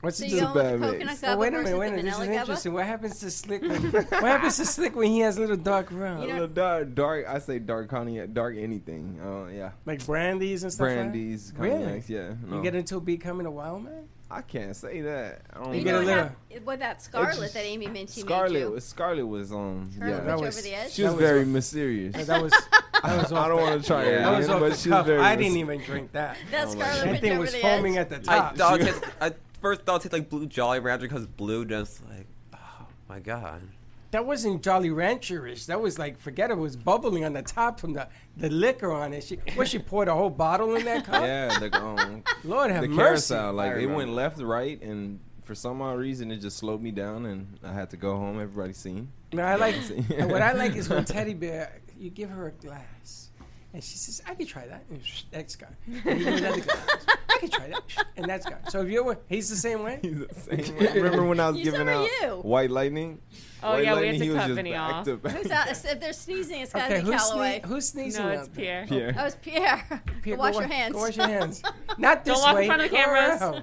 [SPEAKER 1] What's
[SPEAKER 2] So
[SPEAKER 5] it
[SPEAKER 2] you
[SPEAKER 5] just a
[SPEAKER 2] going with
[SPEAKER 5] bad
[SPEAKER 2] coconut
[SPEAKER 5] mix?
[SPEAKER 2] gobble
[SPEAKER 1] Oh, wait a minute,
[SPEAKER 2] versus
[SPEAKER 1] wait a
[SPEAKER 2] the
[SPEAKER 1] minute. This is
[SPEAKER 2] vanilla
[SPEAKER 1] interesting. What happens to
[SPEAKER 2] [LAUGHS]
[SPEAKER 1] Slick [LAUGHS] when, what happens to Slick when he has a little dark rum?
[SPEAKER 5] A little dark, dark. I say dark cognac, dark anything. Oh yeah.
[SPEAKER 1] Like brandies and stuff like that?
[SPEAKER 5] Brandies,
[SPEAKER 1] Really?
[SPEAKER 5] cognacs, yeah, no.
[SPEAKER 1] You get into becoming a wild man?
[SPEAKER 5] I can't say that. I don't
[SPEAKER 1] You
[SPEAKER 5] know.
[SPEAKER 1] get a little.
[SPEAKER 2] gobble? What that scarlet that Amy Minty made
[SPEAKER 5] Scarlet,
[SPEAKER 2] you?
[SPEAKER 5] was, Scarlet was um,
[SPEAKER 2] Scarlet
[SPEAKER 5] yeah,
[SPEAKER 2] Witch That over was- the edge?
[SPEAKER 5] she was
[SPEAKER 1] that was
[SPEAKER 5] very
[SPEAKER 1] off-
[SPEAKER 5] mysterious.
[SPEAKER 1] Yeah, that was. That
[SPEAKER 5] [LAUGHS]
[SPEAKER 1] was
[SPEAKER 5] I don't want to try it,
[SPEAKER 1] That was
[SPEAKER 5] again,
[SPEAKER 1] off
[SPEAKER 5] but
[SPEAKER 1] the
[SPEAKER 5] she was
[SPEAKER 1] cuff.
[SPEAKER 5] very.
[SPEAKER 1] I didn't
[SPEAKER 5] mis-
[SPEAKER 1] even drink that.
[SPEAKER 2] [LAUGHS] That Scarlet
[SPEAKER 1] That
[SPEAKER 2] Witch
[SPEAKER 1] thing
[SPEAKER 2] over
[SPEAKER 1] was
[SPEAKER 2] the
[SPEAKER 1] foaming
[SPEAKER 2] edge?
[SPEAKER 1] at the
[SPEAKER 4] I
[SPEAKER 1] top.
[SPEAKER 5] [LAUGHS]
[SPEAKER 4] thought it- I first thought it's like blue Jolly Rancher because blue. Then it's like, oh my god.
[SPEAKER 1] [LAUGHS] That wasn't Jolly Rancherish. That was like, forget it. It was bubbling on the top from the, the liquor on it. She, what, she poured a whole bottle in that cup?
[SPEAKER 5] yeah, the um,
[SPEAKER 1] Lord have
[SPEAKER 5] the
[SPEAKER 1] mercy.
[SPEAKER 5] carousel,
[SPEAKER 1] I
[SPEAKER 5] like it
[SPEAKER 1] remember.
[SPEAKER 5] went left, right, and for some odd reason, it just slowed me down, and I had to go home. Everybody seen.
[SPEAKER 1] No,
[SPEAKER 5] [LAUGHS]
[SPEAKER 1] I like
[SPEAKER 5] Everybody
[SPEAKER 1] and
[SPEAKER 5] seen.
[SPEAKER 1] what I
[SPEAKER 5] [LAUGHS]
[SPEAKER 1] like is when Teddy Bear, you give her a glass, and she says, "I could try that." And sh-
[SPEAKER 5] [LAUGHS]
[SPEAKER 1] that's gone. And you give another glass. I could try that, and that's gone. So if you're, he's the same way. He's
[SPEAKER 5] the
[SPEAKER 1] [LAUGHS]
[SPEAKER 5] same way. Remember when I was
[SPEAKER 2] You- so
[SPEAKER 5] giving
[SPEAKER 2] are
[SPEAKER 5] out
[SPEAKER 2] you.
[SPEAKER 5] White Lightning?
[SPEAKER 3] Oh,
[SPEAKER 5] White
[SPEAKER 3] yeah, we had
[SPEAKER 5] Lightning,
[SPEAKER 3] to
[SPEAKER 5] he was
[SPEAKER 3] cut
[SPEAKER 5] just
[SPEAKER 3] Vinny
[SPEAKER 5] back
[SPEAKER 3] off.
[SPEAKER 5] to back.
[SPEAKER 2] Who's out, if they're sneezing, it's got to
[SPEAKER 1] Okay,
[SPEAKER 2] be
[SPEAKER 1] who's,
[SPEAKER 2] Callaway.
[SPEAKER 1] sne- who's sneezing?
[SPEAKER 3] No, it's
[SPEAKER 1] out there?
[SPEAKER 3] Pierre.
[SPEAKER 5] Pierre.
[SPEAKER 2] Oh, it's Pierre.
[SPEAKER 1] [LAUGHS] Pierre,
[SPEAKER 2] Go wash
[SPEAKER 1] wa-
[SPEAKER 2] your hands.
[SPEAKER 1] Go wash your
[SPEAKER 2] [LAUGHS]
[SPEAKER 1] hands. Not
[SPEAKER 2] Don't
[SPEAKER 1] this
[SPEAKER 2] walk in
[SPEAKER 1] way.
[SPEAKER 2] front of the cameras.
[SPEAKER 1] around.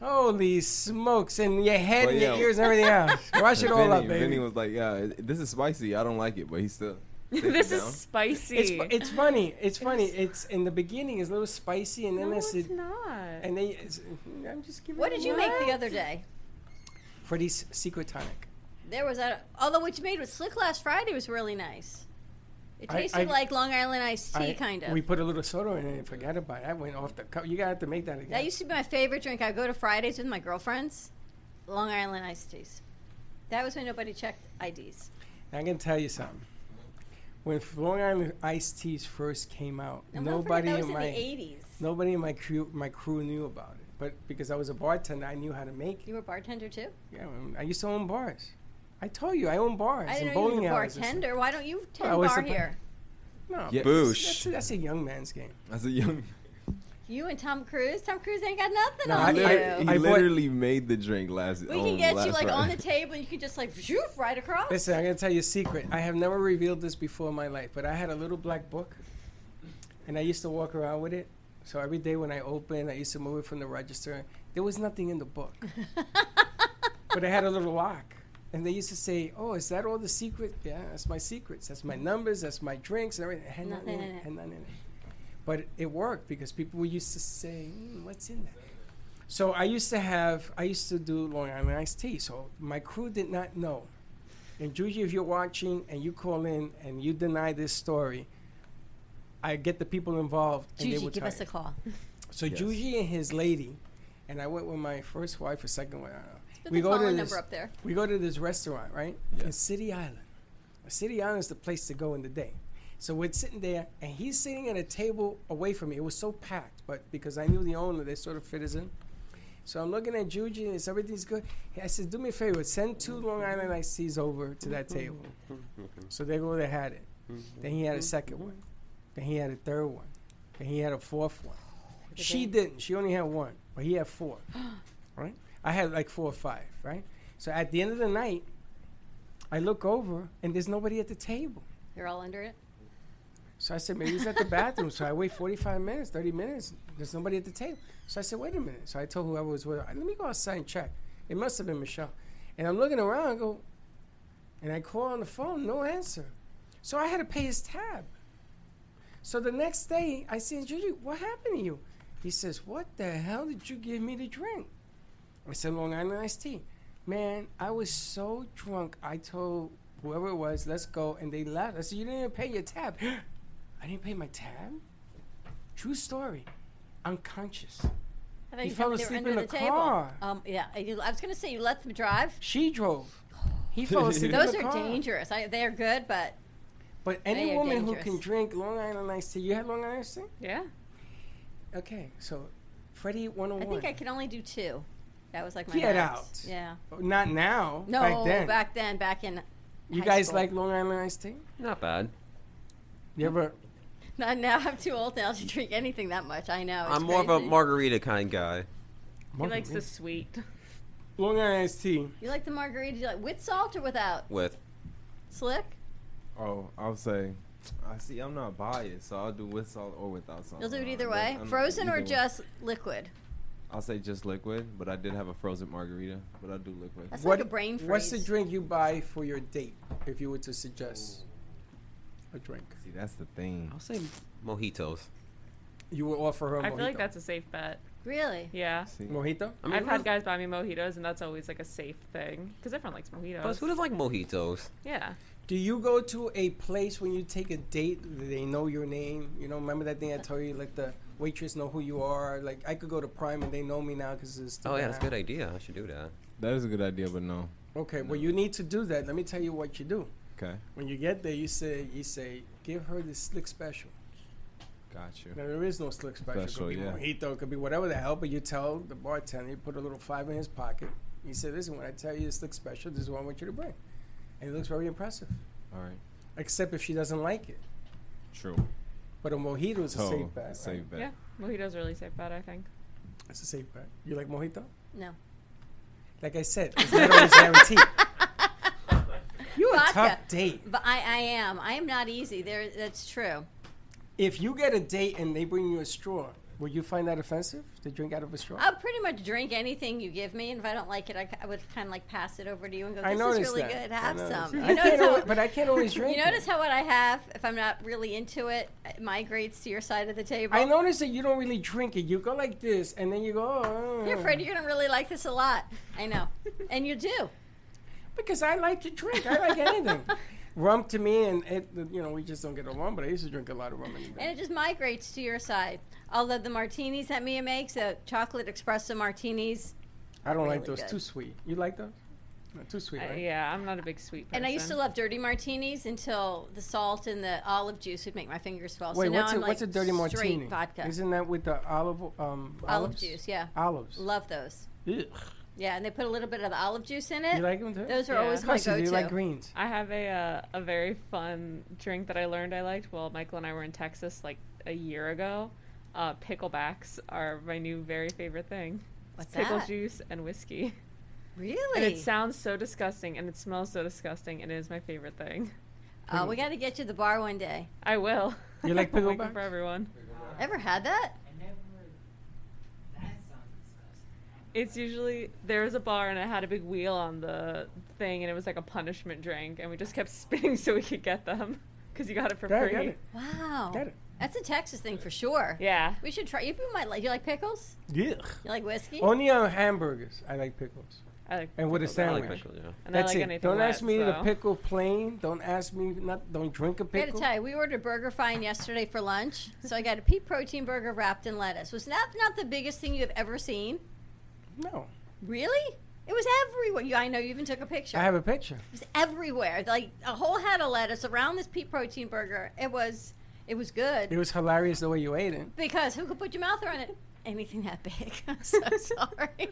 [SPEAKER 1] Holy smokes! And your head
[SPEAKER 5] But
[SPEAKER 1] and your
[SPEAKER 5] yeah.
[SPEAKER 1] ears and everything else. Wash it all
[SPEAKER 5] [LAUGHS] Vinny,
[SPEAKER 1] up, baby.
[SPEAKER 5] Vinny was like, "Yeah, it- this is spicy. I don't like it, but he
[SPEAKER 2] [LAUGHS]
[SPEAKER 5] still."
[SPEAKER 3] this
[SPEAKER 5] it
[SPEAKER 3] is
[SPEAKER 5] down.
[SPEAKER 3] spicy.
[SPEAKER 1] It's fu- it's funny. It's funny. It's in the beginning it's a little spicy, and then
[SPEAKER 3] no,
[SPEAKER 1] it's,
[SPEAKER 3] it's not.
[SPEAKER 1] and then it's, I'm just giving.
[SPEAKER 2] What did you make the
[SPEAKER 1] What?
[SPEAKER 2] other day?
[SPEAKER 1] Freddy's secret tonic.
[SPEAKER 2] There was a although what you made with slick last Friday was really nice. It
[SPEAKER 1] I-
[SPEAKER 2] tasted
[SPEAKER 1] I-
[SPEAKER 2] like Long Island iced tea,
[SPEAKER 1] I-
[SPEAKER 2] kind of.
[SPEAKER 1] We put a little soda in it and forgot about it. I went off the cup. You gotta have to make that again.
[SPEAKER 2] That used to be my favorite drink. I go to Fridays with my girlfriends, Long Island iced teas. That was when nobody checked IDs.
[SPEAKER 1] I can tell you something. When Long Island iced teas first came out,
[SPEAKER 2] And don't forget
[SPEAKER 1] nobody
[SPEAKER 2] that was
[SPEAKER 1] in
[SPEAKER 2] in
[SPEAKER 1] my
[SPEAKER 2] the 80s.
[SPEAKER 1] nobody in my crew my crew knew about it. But because I was a bartender, I knew how to make it.
[SPEAKER 2] You were a bartender too?
[SPEAKER 1] Yeah, I mean, I used to own bars. I told you I own bars
[SPEAKER 2] I
[SPEAKER 1] and
[SPEAKER 2] didn't know
[SPEAKER 1] bowling
[SPEAKER 2] you were a
[SPEAKER 1] alleys and stuff.
[SPEAKER 2] bartender. Why don't you tend
[SPEAKER 1] I was
[SPEAKER 2] bar
[SPEAKER 1] a bar-
[SPEAKER 2] here?
[SPEAKER 1] No,
[SPEAKER 5] Yeah.
[SPEAKER 1] but
[SPEAKER 5] Boosh.
[SPEAKER 1] That's, that's, a, that's a young man's game.
[SPEAKER 5] As a young,
[SPEAKER 2] You and Tom Cruise? Tom Cruise ain't got nothing
[SPEAKER 1] No,
[SPEAKER 2] on
[SPEAKER 1] I-
[SPEAKER 2] you.
[SPEAKER 5] [LAUGHS]
[SPEAKER 1] I-
[SPEAKER 5] he
[SPEAKER 1] I bought-
[SPEAKER 5] literally made the drink last.
[SPEAKER 2] we can get you like on the table and you can just like zhoof right across.
[SPEAKER 1] Listen, I'm gonna tell you a secret. I have never revealed this before in my life, but I had a little black book, and I used to walk around with it. So every day when I opened, I used to move it from the register. There was nothing in the [LAUGHS] book, but I had a little lock, and they used to say, "Oh, is that all the secret? Yeah, that's my secrets. That's my numbers. That's my drinks. And everything. It had nothing, in it. Had nothing in it. But it worked because people were used to say, mm, "What's in that?" So I used to have, I used to do Long Island iced tea. So my crew did not know. And Juju, if you're watching and you call in and you deny this story, I get the people involved. And they
[SPEAKER 2] Juji,
[SPEAKER 1] will
[SPEAKER 2] give
[SPEAKER 1] tell
[SPEAKER 2] us
[SPEAKER 1] you. [LAUGHS]
[SPEAKER 2] a call.
[SPEAKER 1] So
[SPEAKER 2] Yes.
[SPEAKER 1] Juji and his lady, and I went with my first wife or second wife. I don't know.
[SPEAKER 2] Put the phone number up there.
[SPEAKER 1] We go to this restaurant, right? In City Island. City Island is the place to go in the day. So we're sitting there, and he's sitting at a table away from me. It was so packed, but because I knew the owner, they sort of fit us in. So I'm looking at Juju, and it's- everything's good. I said, "Do me a favor, send two Long Island iced teas over to that table." So they go, they had it. Then he had a second one. Then he had a third one. Then he had a fourth one. She didn't. She only had one, but he had four. right? I had like four or five. Right? So at the end of the night, I look over and there's nobody at the table.
[SPEAKER 2] You're all under it?
[SPEAKER 1] So I said, maybe he's at the bathroom. So I wait 45 minutes, 30 minutes. There's nobody at the table. So I said, wait a minute. So I told whoever was with her, let me go outside and check. It must have been Michelle. And I'm looking around, I go, and I call on the phone, no answer. So I had to pay his tab. So the next day, I said, Juju, what happened to you? He says, what the hell did you give me to drink? I said, Long Island iced tea. Man, I was so drunk. I told whoever it was, let's go. And they left. I said, You didn't even pay your tab. I didn't pay my tab? True story. Unconscious.
[SPEAKER 2] I thought
[SPEAKER 1] He
[SPEAKER 2] you
[SPEAKER 1] fell
[SPEAKER 2] told me they were
[SPEAKER 1] asleep
[SPEAKER 2] under
[SPEAKER 1] in the
[SPEAKER 2] table.
[SPEAKER 1] car.
[SPEAKER 2] Um, yeah, I, I was going to say you let them drive.
[SPEAKER 1] She drove. He [LAUGHS] fell asleep. in
[SPEAKER 2] Those
[SPEAKER 1] the car.
[SPEAKER 2] are dangerous. I, they are good, but
[SPEAKER 1] But any
[SPEAKER 2] They are
[SPEAKER 1] woman who
[SPEAKER 2] dangerous.
[SPEAKER 1] can drink Long Island iced tea, you had Long Island iced tea?
[SPEAKER 2] yeah,
[SPEAKER 1] Okay, so Freddie
[SPEAKER 2] I
[SPEAKER 1] 101.
[SPEAKER 2] think I can only do two. That was like my
[SPEAKER 1] Get
[SPEAKER 2] max.
[SPEAKER 1] out.
[SPEAKER 2] Yeah.
[SPEAKER 1] Oh, Not now. back
[SPEAKER 2] No,
[SPEAKER 1] then.
[SPEAKER 2] back then, back in.
[SPEAKER 1] you
[SPEAKER 2] high
[SPEAKER 1] guys
[SPEAKER 2] school.
[SPEAKER 1] like Long Island iced tea?
[SPEAKER 4] Not bad.
[SPEAKER 1] You ever
[SPEAKER 2] No, now [LAUGHS] I'm too old now to drink anything that much. I know. it's
[SPEAKER 4] I'm more of a
[SPEAKER 2] crazy.
[SPEAKER 4] margarita kind guy.
[SPEAKER 8] He likes the sweet.
[SPEAKER 1] Long Island iced tea.
[SPEAKER 2] [LAUGHS] You like the margarita? You like with salt or without?
[SPEAKER 4] With
[SPEAKER 2] Slick.
[SPEAKER 5] Oh, I'll say. I see. I'm not biased, so I'll do with salt or without salt.
[SPEAKER 2] You'll do it
[SPEAKER 5] Uh,
[SPEAKER 2] either
[SPEAKER 5] I'm
[SPEAKER 2] way,
[SPEAKER 5] not-
[SPEAKER 2] frozen or
[SPEAKER 5] either way.
[SPEAKER 2] just liquid.
[SPEAKER 5] I'll say just liquid, but I did have a frozen margarita, but I'll do liquid.
[SPEAKER 2] That's like a brain
[SPEAKER 1] What's the
[SPEAKER 2] freeze.
[SPEAKER 1] drink you buy for your date if you were to suggest a drink?
[SPEAKER 5] See, that's the thing.
[SPEAKER 4] I'll say mojitos.
[SPEAKER 1] You would offer her a
[SPEAKER 8] I
[SPEAKER 1] mojito.
[SPEAKER 8] feel like that's a safe bet.
[SPEAKER 2] Really?
[SPEAKER 8] Yeah.
[SPEAKER 1] mojito.
[SPEAKER 4] I mean,
[SPEAKER 8] I've
[SPEAKER 4] who
[SPEAKER 8] had
[SPEAKER 4] does-
[SPEAKER 8] guys buy me mojitos, and that's always like a safe thing because everyone likes mojitos.
[SPEAKER 4] Plus, who does like mojitos?
[SPEAKER 8] Yeah.
[SPEAKER 1] Do you go to a place when you take a date? do They know your name. You know, remember that thing I told you, like the waitress know who you are. Like I could go to Prime and they know me now because it's.
[SPEAKER 4] Oh yeah, that's a good idea. I should do that.
[SPEAKER 5] That is a good idea, but no.
[SPEAKER 1] Okay, well you need to do that. Let me tell you what you do.
[SPEAKER 5] Okay,
[SPEAKER 1] When you get there, you say you say give her the slick special.
[SPEAKER 5] got you.
[SPEAKER 1] Now there is no slick special.
[SPEAKER 5] Special,
[SPEAKER 1] it could be
[SPEAKER 5] yeah.
[SPEAKER 1] mojito, it could be whatever the hell. But you tell the bartender, you put a little five in his pocket. He said, "Listen, when I tell you the slick special, this is what I want you to bring," and it looks very impressive.
[SPEAKER 5] All right,
[SPEAKER 1] Except if she doesn't like it.
[SPEAKER 5] true.
[SPEAKER 1] But a mojito is a
[SPEAKER 5] Total
[SPEAKER 1] safe bet.
[SPEAKER 5] Oh, safe
[SPEAKER 1] right?
[SPEAKER 5] bet.
[SPEAKER 8] Yeah. Mojitos are really safe bet, I think.
[SPEAKER 1] It's a safe bet. You like mojito?
[SPEAKER 2] No.
[SPEAKER 1] Like I said, it's not always [LAUGHS] guaranteed. You're a
[SPEAKER 2] Vodka.
[SPEAKER 1] tough date.
[SPEAKER 2] But I, I am. I am not easy. There, that's true.
[SPEAKER 1] If you get a date and they bring you a straw, will you find that offensive to drink out of a straw?
[SPEAKER 2] I'll pretty much drink anything you give me, and if I don't like it, I, c- I would kind of like pass it over to you and go,
[SPEAKER 1] I
[SPEAKER 2] "This is
[SPEAKER 1] noticed
[SPEAKER 2] really
[SPEAKER 1] that.
[SPEAKER 2] good.
[SPEAKER 1] I
[SPEAKER 2] Have
[SPEAKER 1] noticed
[SPEAKER 2] some."
[SPEAKER 1] that.
[SPEAKER 2] You
[SPEAKER 1] I
[SPEAKER 2] notice
[SPEAKER 1] can't
[SPEAKER 2] how-
[SPEAKER 1] always- but I can't always drink
[SPEAKER 2] [LAUGHS] You
[SPEAKER 1] it.
[SPEAKER 2] notice how what I have, if I'm not really into it, it migrates to your side of the table.
[SPEAKER 1] I noticed that you don't really drink it. You go like this, and then you go. Oh.
[SPEAKER 2] You're afraid you're gonna really like this
[SPEAKER 1] [LAUGHS]
[SPEAKER 2] a lot. I know, and you do. [LAUGHS]
[SPEAKER 1] Because I like to drink. I like anything. rum to me, and it, you know, we just don't get along. But I used to drink a lot of rum. And
[SPEAKER 2] And it just migrates to your side. Although the martinis that Mia makes, the chocolate espresso martinis,
[SPEAKER 1] I don't like
[SPEAKER 2] Really
[SPEAKER 1] those.
[SPEAKER 2] good.
[SPEAKER 1] Too sweet. You like those? Not too sweet,
[SPEAKER 3] Uh,
[SPEAKER 1] right?
[SPEAKER 3] yeah, I'm not a big sweet person.
[SPEAKER 2] and I used to love dirty martinis until the salt and the olive juice would make my fingers swell.
[SPEAKER 1] Wait,
[SPEAKER 2] so now
[SPEAKER 1] what's,
[SPEAKER 2] I'm
[SPEAKER 1] a,
[SPEAKER 2] like
[SPEAKER 1] what's a dirty
[SPEAKER 2] straight
[SPEAKER 1] martini?
[SPEAKER 2] vodka,
[SPEAKER 1] Isn't that with the olive um,
[SPEAKER 2] olive
[SPEAKER 1] olives?
[SPEAKER 2] juice. Yeah,
[SPEAKER 1] Olives.
[SPEAKER 2] Love those.
[SPEAKER 1] Ugh.
[SPEAKER 2] Yeah, and they put a little bit of the olive juice in it.
[SPEAKER 1] You like them too?
[SPEAKER 2] Those are
[SPEAKER 1] Yeah.
[SPEAKER 2] always
[SPEAKER 1] Of
[SPEAKER 2] my
[SPEAKER 1] course you
[SPEAKER 2] go-to.
[SPEAKER 1] do. You like greens.
[SPEAKER 3] I have a uh, a very fun drink that I learned I liked while Michael and I were in Texas like a year ago. Uh, picklebacks are my new very favorite thing.
[SPEAKER 2] What's
[SPEAKER 3] pickle
[SPEAKER 2] that?
[SPEAKER 3] juice and whiskey.
[SPEAKER 2] Really?
[SPEAKER 3] And it sounds so disgusting, and it smells so disgusting, and it is my favorite thing.
[SPEAKER 2] Oh, we got to get you to the bar one day.
[SPEAKER 3] I will.
[SPEAKER 1] Mm. You
[SPEAKER 3] [LAUGHS]
[SPEAKER 1] like
[SPEAKER 3] I'm waiting
[SPEAKER 1] picklebacks?
[SPEAKER 3] for everyone.
[SPEAKER 2] Ever had that?
[SPEAKER 3] It's usually there was a bar and it had a big wheel on the thing and it was like a punishment drink and we just kept [LAUGHS] spinning so we could get them because you got it for
[SPEAKER 2] Yeah, I
[SPEAKER 3] free.
[SPEAKER 2] got it. Wow. That's a Texas thing for sure.
[SPEAKER 3] Yeah.
[SPEAKER 2] We should try. You might like. You like pickles?
[SPEAKER 1] Ugh.
[SPEAKER 2] You like whiskey?
[SPEAKER 1] Only on hamburgers, I like pickles.
[SPEAKER 3] I like
[SPEAKER 1] and with a
[SPEAKER 4] pickles. I like
[SPEAKER 1] sandwich.
[SPEAKER 4] pickles, yeah.
[SPEAKER 3] And I
[SPEAKER 1] That's
[SPEAKER 3] like
[SPEAKER 1] it.
[SPEAKER 3] anything
[SPEAKER 1] Don't ask
[SPEAKER 3] wet,
[SPEAKER 1] me the
[SPEAKER 3] so.
[SPEAKER 1] pickle plain. Don't ask me not. Don't drink a
[SPEAKER 2] I gotta
[SPEAKER 1] pickle.
[SPEAKER 2] tell you, we ordered Burger Fine yesterday for lunch. So I got a pea protein burger wrapped in lettuce. Was that not the biggest thing you've ever seen?
[SPEAKER 1] No.
[SPEAKER 2] Really? It was everywhere. You, I know you even took a picture.
[SPEAKER 1] I have a picture.
[SPEAKER 2] It was everywhere. Like a whole head of lettuce around this pea protein burger. It was, it was good.
[SPEAKER 1] It was hilarious the way you ate it.
[SPEAKER 2] Because who could put your mouth around it? Anything that big. [LAUGHS] I'm
[SPEAKER 1] [LAUGHS]
[SPEAKER 2] so sorry.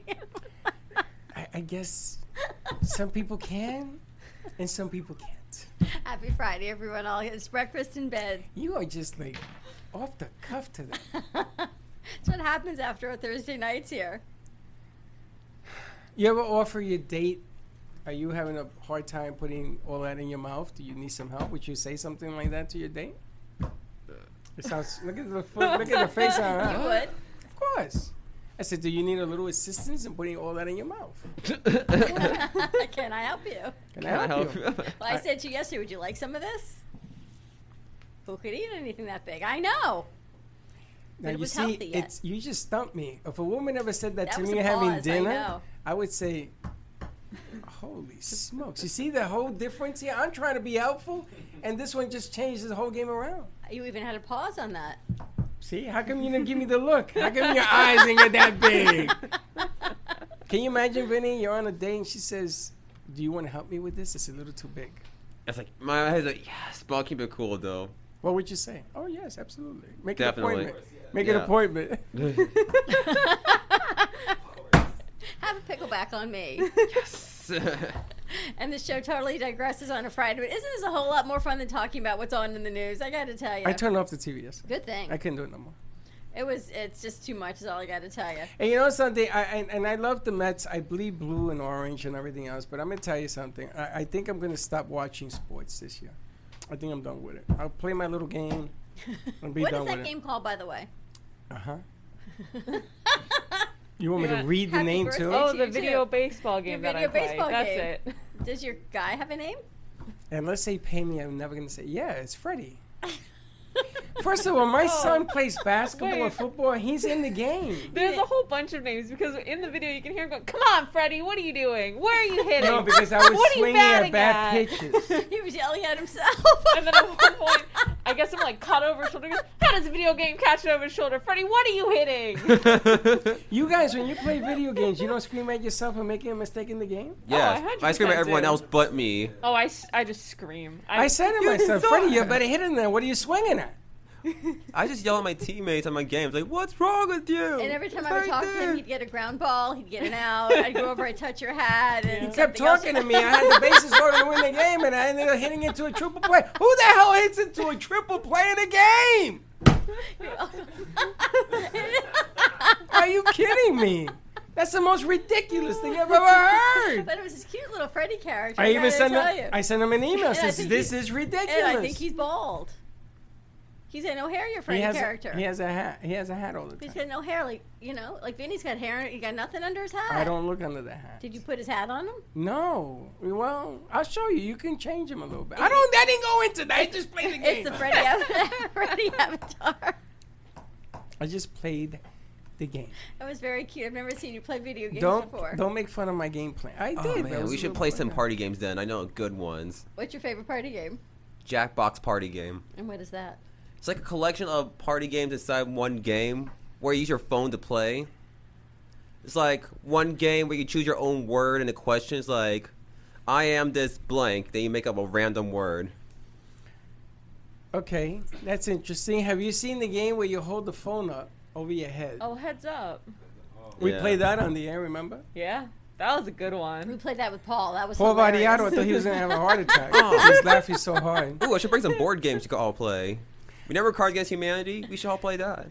[SPEAKER 1] I, I
[SPEAKER 2] [LAUGHS]
[SPEAKER 1] guess some people can, and some people can't.
[SPEAKER 2] Happy Friday, everyone. All it's breakfast in bed.
[SPEAKER 1] You are just like off the cuff today.
[SPEAKER 2] That's what happens after a Thursday nights here. [LAUGHS]
[SPEAKER 1] You ever offer your date? Are you having a hard time putting all that in your mouth? Do you need some help? Would you say something like that to your date? It sounds. Look at the fo- look at the face on her.
[SPEAKER 2] [LAUGHS] You would?
[SPEAKER 1] Of course. I said, do you need a little assistance in putting all that in your mouth?
[SPEAKER 2] Can I help you?
[SPEAKER 1] Can I help you? [LAUGHS]
[SPEAKER 2] Well, I said to you yesterday, would you like some of this? Who could eat anything that big? I know.
[SPEAKER 1] Now
[SPEAKER 2] it
[SPEAKER 1] you
[SPEAKER 2] was
[SPEAKER 1] see,
[SPEAKER 2] healthy yet.
[SPEAKER 1] it's you just stumped me. If a woman ever said that,
[SPEAKER 2] That
[SPEAKER 1] to
[SPEAKER 2] was
[SPEAKER 1] me
[SPEAKER 2] a
[SPEAKER 1] having
[SPEAKER 2] pause, I
[SPEAKER 1] dinner,
[SPEAKER 2] know.
[SPEAKER 1] I would say, "Holy smokes!" You see the whole difference here. I'm trying to be helpful, and this one just changed the whole game around.
[SPEAKER 2] You even had a pause on that.
[SPEAKER 1] See, how come you didn't give me the look? How come your eyes didn't get that big? Can you imagine, Vinny? You're on a date, and she says, "Do you want to help me with this? It's a little too big."
[SPEAKER 4] It's like my head's like yes, but I'll keep it cool though.
[SPEAKER 1] What would you say? Oh yes, absolutely. Make
[SPEAKER 4] Definitely.
[SPEAKER 1] an appointment. Make an
[SPEAKER 4] Yeah.
[SPEAKER 1] appointment.
[SPEAKER 2] [LAUGHS] Have a pickleback on me.
[SPEAKER 4] That's
[SPEAKER 2] and the show totally digresses on a Friday. But isn't this a whole lot more fun than talking about what's on in the news? I got to tell you.
[SPEAKER 1] I turned off the TV. Yes.
[SPEAKER 2] Good thing.
[SPEAKER 1] I couldn't do it no more.
[SPEAKER 2] It was. It's just too much. Is all I got to tell you.
[SPEAKER 1] And you know something, I, and, and I love the Mets. I bleed blue and orange and everything else. But I'm gonna tell you something. I, I think I'm gonna stop watching sports this year. I think I'm done with it. I'll play my little game and be
[SPEAKER 2] [LAUGHS] What
[SPEAKER 1] done
[SPEAKER 2] is that
[SPEAKER 1] with
[SPEAKER 2] game called, by the way?
[SPEAKER 1] it. Uh
[SPEAKER 2] [LAUGHS]
[SPEAKER 1] huh. you want me to
[SPEAKER 2] Yeah.
[SPEAKER 1] read the
[SPEAKER 2] Happy
[SPEAKER 1] name
[SPEAKER 2] birthday
[SPEAKER 1] too?
[SPEAKER 2] to
[SPEAKER 3] Oh, the
[SPEAKER 2] you,
[SPEAKER 3] video
[SPEAKER 2] too.
[SPEAKER 3] baseball
[SPEAKER 2] Your
[SPEAKER 3] game that
[SPEAKER 2] video
[SPEAKER 3] I played.
[SPEAKER 2] baseball
[SPEAKER 3] That's
[SPEAKER 2] game.
[SPEAKER 3] it.
[SPEAKER 2] Does your guy have a name?
[SPEAKER 1] And let's say pay me. I'm never gonna say yeah. It's
[SPEAKER 2] [LAUGHS]
[SPEAKER 1] Freddie. First of all, my
[SPEAKER 2] Oh.
[SPEAKER 1] son plays basketball
[SPEAKER 3] Wait.
[SPEAKER 1] and football. and He's in the game.
[SPEAKER 3] There's a whole bunch of names because in the video you can hear him go, "Come on, Freddie, what are you doing? Where are you hitting?"
[SPEAKER 1] No, because
[SPEAKER 3] [LAUGHS]
[SPEAKER 1] I was
[SPEAKER 3] What are you
[SPEAKER 1] swinging at
[SPEAKER 3] batting
[SPEAKER 1] bad
[SPEAKER 3] at?"
[SPEAKER 1] pitches.
[SPEAKER 2] He was yelling at himself.
[SPEAKER 3] and then at one point, I guess I'm like caught over his shoulder. He goes, How does a video game catch over his shoulder, Freddie? What are you hitting?
[SPEAKER 1] [LAUGHS] You guys, when you play video games, you don't scream at yourself for making a mistake in the game.
[SPEAKER 4] Yes,
[SPEAKER 3] I
[SPEAKER 4] Oh, I scream at
[SPEAKER 3] 100%
[SPEAKER 4] everyone
[SPEAKER 3] do.
[SPEAKER 4] else but me.
[SPEAKER 3] Oh, I, s- I just scream.
[SPEAKER 1] I said to
[SPEAKER 2] [LAUGHS]
[SPEAKER 3] [LAUGHS]
[SPEAKER 1] myself, Freddie, you better hit him there. What are you swinging at?
[SPEAKER 4] I just yell at my teammates at my games like, "What's wrong with you?"
[SPEAKER 2] And every time
[SPEAKER 4] It's
[SPEAKER 2] I would
[SPEAKER 4] right
[SPEAKER 2] talk to
[SPEAKER 4] there."
[SPEAKER 2] him, he'd get a ground ball, he'd get an out. I'd go over, I'd touch your hat. And
[SPEAKER 1] He kept
[SPEAKER 2] something else.
[SPEAKER 1] talking to me. I had the bases loaded to win
[SPEAKER 2] [LAUGHS]
[SPEAKER 1] the game, and I ended up hitting into a triple play. Who the hell hits into a triple play in a
[SPEAKER 2] [LAUGHS]
[SPEAKER 1] game? Are you kidding me? That's the most ridiculous thing I've ever heard.
[SPEAKER 2] But it was this cute little Freddy character.
[SPEAKER 1] I even
[SPEAKER 2] gotta
[SPEAKER 1] sent
[SPEAKER 2] tell you.
[SPEAKER 1] him, I sent him an email.
[SPEAKER 2] And I
[SPEAKER 1] Says
[SPEAKER 2] think
[SPEAKER 1] this
[SPEAKER 2] he-
[SPEAKER 1] is
[SPEAKER 2] And I think
[SPEAKER 1] ridiculous.
[SPEAKER 2] he's bald. He's got no hair, your Freddy
[SPEAKER 1] he has
[SPEAKER 2] character.
[SPEAKER 1] A, he has a hat. He has a hat all the
[SPEAKER 2] He's
[SPEAKER 1] time.
[SPEAKER 2] got no hair, like you know, like Vinny's got hair. He got nothing under his hat.
[SPEAKER 1] I don't look under the hat.
[SPEAKER 2] Did you put his hat on him?
[SPEAKER 1] No. Well, I'll show you. You can change him a little bit. I don't. I didn't go into that. I just played the game.
[SPEAKER 2] [LAUGHS] It's the Freddy, av- Freddy avatar.
[SPEAKER 1] I just played the game.
[SPEAKER 2] That was very cute. I've never seen you play video games
[SPEAKER 1] Don't
[SPEAKER 2] before.
[SPEAKER 1] don't make fun of my game plan. I
[SPEAKER 4] Oh,
[SPEAKER 1] did. that
[SPEAKER 4] man,
[SPEAKER 1] was
[SPEAKER 4] we
[SPEAKER 1] a
[SPEAKER 4] should
[SPEAKER 1] little
[SPEAKER 4] play
[SPEAKER 1] fun.
[SPEAKER 4] some party games then. I know good ones.
[SPEAKER 2] What's your favorite party game?
[SPEAKER 4] Jackbox Party Game.
[SPEAKER 2] And what is that?
[SPEAKER 4] It's like a collection of party games inside one game where you use your phone to play. It's like one game where you choose your own word and the question is like, I am this blank. Then you make up a random word.
[SPEAKER 1] Okay, that's interesting. Have you seen the game where you hold the phone up over your head?
[SPEAKER 3] Oh,
[SPEAKER 1] [LAUGHS]
[SPEAKER 3] heads up.
[SPEAKER 1] We
[SPEAKER 4] Yeah.
[SPEAKER 1] played that on the air. Remember?
[SPEAKER 3] Yeah, that was a good one.
[SPEAKER 2] We played that with Paul. That was
[SPEAKER 1] Paul
[SPEAKER 2] hilarious.
[SPEAKER 1] Variado, I thought he was gonna have a
[SPEAKER 3] [LAUGHS]
[SPEAKER 1] heart attack.
[SPEAKER 4] Oh.
[SPEAKER 1] He was laughing so hard.
[SPEAKER 4] Ooh, I should bring some board games you could all play. We never Cards Against Humanity. We should all play that.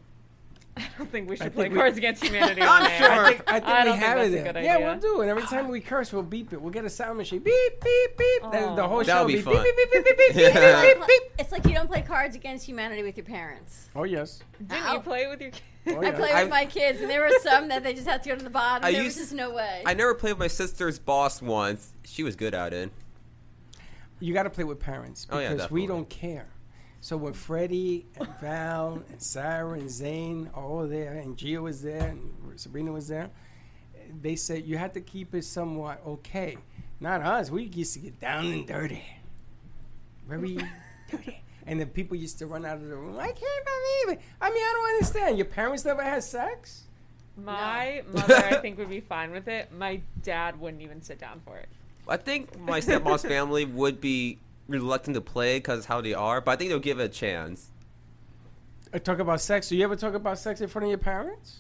[SPEAKER 3] I don't think we should
[SPEAKER 1] think
[SPEAKER 3] play
[SPEAKER 1] we-
[SPEAKER 3] Cards Against Humanity.
[SPEAKER 1] [LAUGHS] I'm
[SPEAKER 3] on air.
[SPEAKER 1] sure. I think, I think
[SPEAKER 3] don't
[SPEAKER 1] we have
[SPEAKER 3] that's
[SPEAKER 1] it.
[SPEAKER 3] a
[SPEAKER 1] there.
[SPEAKER 3] good
[SPEAKER 1] yeah,
[SPEAKER 3] idea.
[SPEAKER 1] we'll do it. Every time we curse, we'll beep it. We'll get a sound machine. Beep, beep, beep. That- the whole
[SPEAKER 4] That'll
[SPEAKER 1] show
[SPEAKER 4] be
[SPEAKER 1] beep,
[SPEAKER 4] fun.
[SPEAKER 1] beep, beep, beep, beep, beep, beep,
[SPEAKER 4] Yeah.
[SPEAKER 1] beep, beep, beep.
[SPEAKER 2] [LAUGHS] It's like you don't play Cards Against Humanity with your parents.
[SPEAKER 4] [LAUGHS]
[SPEAKER 1] Oh yes.
[SPEAKER 3] Didn't you play with your kids?
[SPEAKER 1] Oh,
[SPEAKER 2] I
[SPEAKER 1] yeah.
[SPEAKER 2] play with
[SPEAKER 4] I've-
[SPEAKER 2] my kids, and there were some that they just had to go to the bottom.
[SPEAKER 4] I
[SPEAKER 2] there
[SPEAKER 4] used-
[SPEAKER 2] was just no way.
[SPEAKER 4] I never played with my sister's boss once. She was good at it.
[SPEAKER 1] You got to play with parents
[SPEAKER 4] Oh,
[SPEAKER 1] because
[SPEAKER 4] yeah,
[SPEAKER 1] we
[SPEAKER 4] definitely.
[SPEAKER 1] don't care. So when Freddie and Val and Sarah and Zane are all there, and Gio was there, and Sabrina was there, they said you had to keep it somewhat okay. Not us. We used to get down and dirty,
[SPEAKER 12] [LAUGHS]
[SPEAKER 1] very dirty. And then people used to run out of the room. I can't believe it. I mean, I don't understand. Your parents never had sex. [LAUGHS]
[SPEAKER 3] My mother, I think, would be fine with it. My dad wouldn't even sit down for it.
[SPEAKER 4] I think
[SPEAKER 1] [LAUGHS]
[SPEAKER 4] my stepmom's family would be reluctant to play because how they are, but I think they'll give it a chance.
[SPEAKER 1] I Uh, talk about sex. Do you ever talk about sex in front of your parents?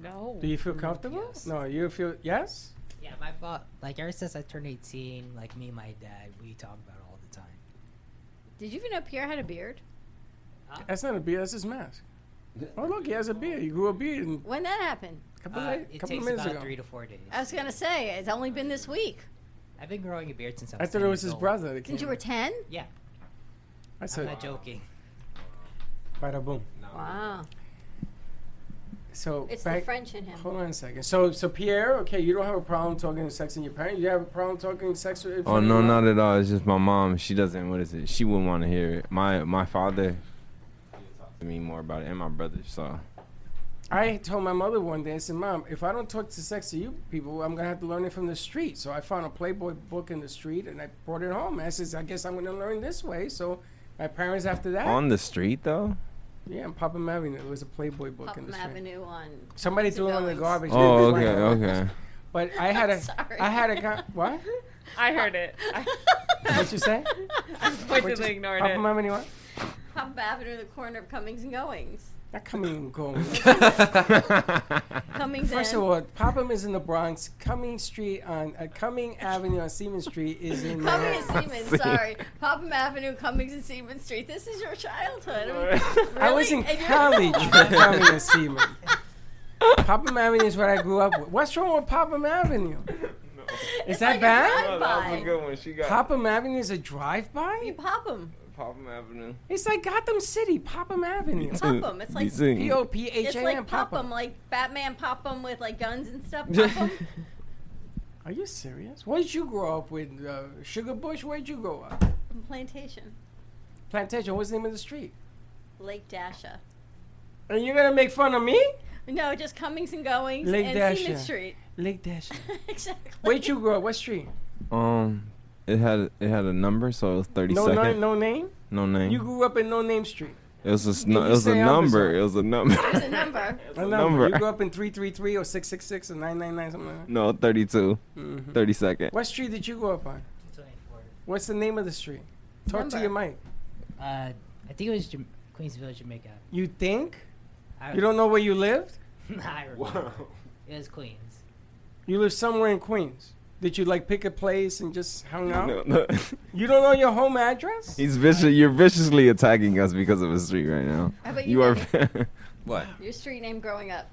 [SPEAKER 3] No.
[SPEAKER 1] Do you feel comfortable? No, you feel yes.
[SPEAKER 12] Yeah, my fault. Like ever since I turned 18, like me and my dad, we talk about it all the time.
[SPEAKER 2] Did you even know Pierre had a beard?
[SPEAKER 1] That's not a beard. That's his mask. Oh look, he has a beard. He grew a beard in
[SPEAKER 2] When that happened?
[SPEAKER 1] a couple,
[SPEAKER 12] Uh,
[SPEAKER 1] of,
[SPEAKER 12] it
[SPEAKER 1] couple of
[SPEAKER 12] takes
[SPEAKER 1] minutes
[SPEAKER 12] about
[SPEAKER 1] ago.
[SPEAKER 12] three to four days.
[SPEAKER 2] I was gonna say it's only been this week
[SPEAKER 12] I've been growing a beard since I
[SPEAKER 1] I
[SPEAKER 12] was
[SPEAKER 1] thought
[SPEAKER 12] 10
[SPEAKER 1] it was
[SPEAKER 12] years
[SPEAKER 1] his
[SPEAKER 12] old.
[SPEAKER 1] brother. That
[SPEAKER 2] since you
[SPEAKER 1] came.
[SPEAKER 2] were ten.
[SPEAKER 12] Yeah,
[SPEAKER 1] I
[SPEAKER 12] I'm
[SPEAKER 1] said,
[SPEAKER 12] not joking.
[SPEAKER 1] bada boom.
[SPEAKER 2] Wow,
[SPEAKER 1] So
[SPEAKER 2] it's
[SPEAKER 1] back-
[SPEAKER 2] the French in him.
[SPEAKER 1] Hold on a second. So, so Pierre, okay, you don't have a problem talking to sex in your parents. You have a problem talking sex with. in
[SPEAKER 5] Oh
[SPEAKER 1] front of
[SPEAKER 5] no,
[SPEAKER 1] your
[SPEAKER 5] not at
[SPEAKER 1] mom?
[SPEAKER 5] all. It's just my mom. She doesn't. What is it? She wouldn't want to hear it. My my father talked to me more about it, and my brother. So
[SPEAKER 1] I told my mother one day. I said, "Mom, if I don't talk to sex to you people, I'm gonna have to learn it from the street." So I found a Playboy book in the street and I brought it home. And I says, "I guess I'm gonna learn this way." So my parents, after that,
[SPEAKER 5] on the street though.
[SPEAKER 1] yeah, and Papa Avenue. It was a Playboy book in
[SPEAKER 2] Putnam
[SPEAKER 1] the street.
[SPEAKER 2] Avenue on.
[SPEAKER 1] Somebody threw it in the garbage.
[SPEAKER 5] Oh
[SPEAKER 1] They
[SPEAKER 5] okay
[SPEAKER 1] didn't like it.
[SPEAKER 5] okay.
[SPEAKER 1] But I had a,
[SPEAKER 2] Sorry.
[SPEAKER 1] I had a con-
[SPEAKER 2] [LAUGHS]
[SPEAKER 1] what? Uh,
[SPEAKER 3] I heard it. I
[SPEAKER 1] What you say?
[SPEAKER 2] [LAUGHS]
[SPEAKER 3] I [LAUGHS]
[SPEAKER 1] What you-
[SPEAKER 3] pointedly ignored
[SPEAKER 1] Papa
[SPEAKER 3] it.
[SPEAKER 1] Mom, anyone?
[SPEAKER 2] Pop Avenue, the corner of Cummings and Goings.
[SPEAKER 1] Not coming and going.
[SPEAKER 2] Cummings
[SPEAKER 1] First
[SPEAKER 2] and
[SPEAKER 1] of all, Popham is in the Bronx. Cumming Street on uh, Cumming Avenue on Seaman Street is in [LAUGHS]
[SPEAKER 2] Cummings
[SPEAKER 1] Manhattan.
[SPEAKER 2] [LAUGHS] and Siemens, sorry. Popham Avenue, Cummings and Siemens Street. This is your childhood. I, mean,
[SPEAKER 1] [LAUGHS] I was in
[SPEAKER 2] really? And you're- [LAUGHS]
[SPEAKER 1] college for Cumming and Seaman. Popham Avenue is what I grew up with. What's wrong with Popham Avenue? Is
[SPEAKER 2] It's
[SPEAKER 1] that
[SPEAKER 2] like a
[SPEAKER 1] bad?
[SPEAKER 2] drive-by.
[SPEAKER 5] one. She
[SPEAKER 1] Popham Avenue is a drive-by.
[SPEAKER 2] You pop them.
[SPEAKER 5] Popham Avenue.
[SPEAKER 1] It's like Gotham City, Popham Avenue.
[SPEAKER 2] Pop 'em, it's like-
[SPEAKER 1] P O P H
[SPEAKER 2] It's
[SPEAKER 1] A M.
[SPEAKER 2] like pop
[SPEAKER 1] Popham.
[SPEAKER 2] them, like Batman pop them with like guns
[SPEAKER 1] [LAUGHS]
[SPEAKER 2] and stuff. Pop 'em.
[SPEAKER 1] Are you serious? Where did you grow up with uh, Sugar Bush? Where would you grow up?
[SPEAKER 2] From Plantation,
[SPEAKER 1] Plantation. What's the name of the street?
[SPEAKER 2] Lake Dasha.
[SPEAKER 1] And you're gonna make fun of me?
[SPEAKER 2] No, just Cummings and Goings
[SPEAKER 1] Lake
[SPEAKER 2] and
[SPEAKER 1] Dasha.
[SPEAKER 2] Siemens Street. [LAUGHS]
[SPEAKER 1] Lake Dash.
[SPEAKER 2] exactly.
[SPEAKER 1] Where'd you grow up? What street?
[SPEAKER 5] Um, it had it had a number, so it was thirty
[SPEAKER 1] No,
[SPEAKER 5] second.
[SPEAKER 1] no, no name.
[SPEAKER 5] No name.
[SPEAKER 1] You grew up in No Name Street.
[SPEAKER 5] it was a s- no,
[SPEAKER 1] you
[SPEAKER 5] it was a
[SPEAKER 1] say I'm
[SPEAKER 5] number.
[SPEAKER 1] sorry?
[SPEAKER 5] It was a number. [LAUGHS]
[SPEAKER 2] There's a number.
[SPEAKER 1] A number.
[SPEAKER 5] number.
[SPEAKER 1] You grew up in 333 or 666 or 999, something like that.
[SPEAKER 5] no, thirty two. Thirty second.
[SPEAKER 1] Mm-hmm. What street did you grow up on?
[SPEAKER 12] 224.
[SPEAKER 1] What's the name of the street? Talk to
[SPEAKER 2] Number.
[SPEAKER 1] your mic.
[SPEAKER 12] Uh, I think it was Jam- Queensville, Jamaica.
[SPEAKER 1] You think?
[SPEAKER 12] I,
[SPEAKER 1] You don't know where
[SPEAKER 12] [LAUGHS]
[SPEAKER 1] you lived?
[SPEAKER 12] I remember. It was Queens.
[SPEAKER 1] You lived somewhere in Queens. Did you like pick a place and just hung out?
[SPEAKER 5] No, no.
[SPEAKER 1] You don't know your home address?
[SPEAKER 5] He's vicious. You're viciously attacking us because of a street right now.
[SPEAKER 2] How about
[SPEAKER 5] You are. [LAUGHS]
[SPEAKER 1] [LAUGHS]
[SPEAKER 4] What?
[SPEAKER 2] Your street name growing up.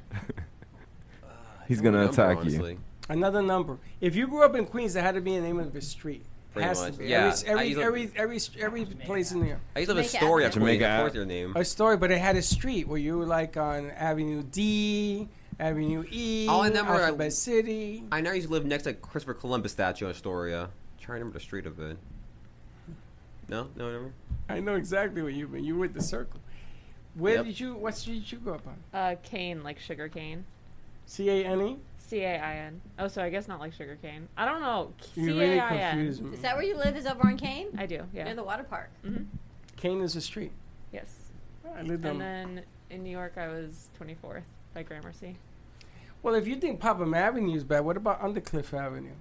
[SPEAKER 5] He's gonna
[SPEAKER 4] Number,
[SPEAKER 5] attack you.
[SPEAKER 4] honestly.
[SPEAKER 1] Another number. If you grew up in Queens, there had to be a name of a street.
[SPEAKER 4] Pretty
[SPEAKER 1] Has
[SPEAKER 4] much,
[SPEAKER 1] to be.
[SPEAKER 4] yeah. I
[SPEAKER 1] Every
[SPEAKER 4] used to-
[SPEAKER 1] every every every, every place in there.
[SPEAKER 4] I used to have a
[SPEAKER 2] Jamaica
[SPEAKER 4] story at
[SPEAKER 2] Avenue.
[SPEAKER 4] Jamaica.
[SPEAKER 5] Jamaica
[SPEAKER 4] I forgot
[SPEAKER 5] Ave.
[SPEAKER 4] their name.
[SPEAKER 1] a story, but it had a street where you were like on Avenue D, Avenue E,
[SPEAKER 4] All I remember-
[SPEAKER 1] Alphabet City.
[SPEAKER 4] I know I used to live next to Christopher Columbus statue in Astoria. trying to remember the street of it. No, no, remember.
[SPEAKER 1] I know exactly where you've been. You were at the circle. Where
[SPEAKER 3] Yep.
[SPEAKER 1] did you? What street did you grow up on?
[SPEAKER 3] Uh, cane, like sugar cane.
[SPEAKER 1] C A N E.
[SPEAKER 3] C A I N. Oh, so I guess not like sugar cane. I don't know. C
[SPEAKER 1] You
[SPEAKER 3] A
[SPEAKER 1] really
[SPEAKER 3] I
[SPEAKER 1] confuse
[SPEAKER 3] N.
[SPEAKER 1] me.
[SPEAKER 2] Is that where you live? Is over on Kane?
[SPEAKER 3] I do. Yeah.
[SPEAKER 2] Near the water park.
[SPEAKER 3] Mm-hmm.
[SPEAKER 1] Kane is a street.
[SPEAKER 3] Yes.
[SPEAKER 1] I lived on-
[SPEAKER 3] and then in New York, I was 24th by Gramercy.
[SPEAKER 1] Well, if you think Popham Avenue is bad, what about Undercliff Avenue?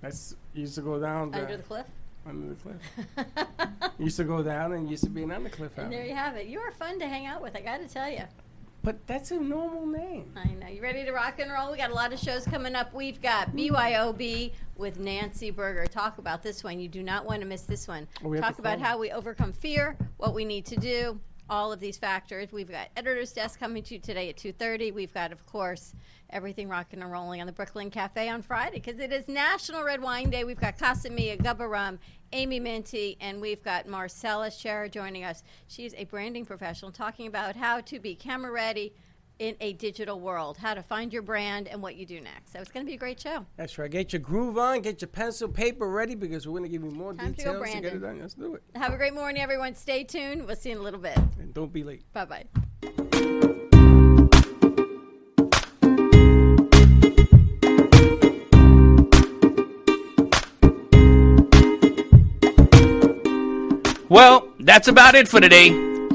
[SPEAKER 1] That's you used to go down the,
[SPEAKER 2] Under the cliff.
[SPEAKER 1] Under the cliff. [LAUGHS] You used to go down and used to be an Undercliff
[SPEAKER 2] And
[SPEAKER 1] Avenue.
[SPEAKER 2] there you have it. You are fun to hang out with. I got to tell you.
[SPEAKER 1] But that's a normal name.
[SPEAKER 2] I know. You ready to rock and roll? We got a lot of shows coming up. We've got BYOB with Nancy Berger. Talk about this one. You do not want to miss this one.
[SPEAKER 13] Oh, we have
[SPEAKER 2] Talk
[SPEAKER 13] to
[SPEAKER 2] about
[SPEAKER 13] call.
[SPEAKER 2] how we overcome fear, what we need to do, all of these factors. We've got Editor's Desk coming to you today at 2.30. We've got, of course, everything rocking and rolling on the Brooklyn Cafe on Friday because it is National Red Wine Day. We've got Casamia, Gubba Rum, Amy Minty, and we've got Marcella Scherer joining us. She's a branding professional talking about how to be camera ready, in a digital world, how to find your brand and what you do next. So it's going to be a great show.
[SPEAKER 1] That's right. Get your groove on. Get your pencil, paper ready because we're going to give you more
[SPEAKER 2] Time to go,
[SPEAKER 1] details to get it
[SPEAKER 2] Brandon.
[SPEAKER 1] done. Let's do it.
[SPEAKER 2] Have a great morning, everyone. Stay tuned. We'll see you in a little bit.
[SPEAKER 1] And don't be late.
[SPEAKER 2] Bye bye.
[SPEAKER 11] Well, that's about it for today.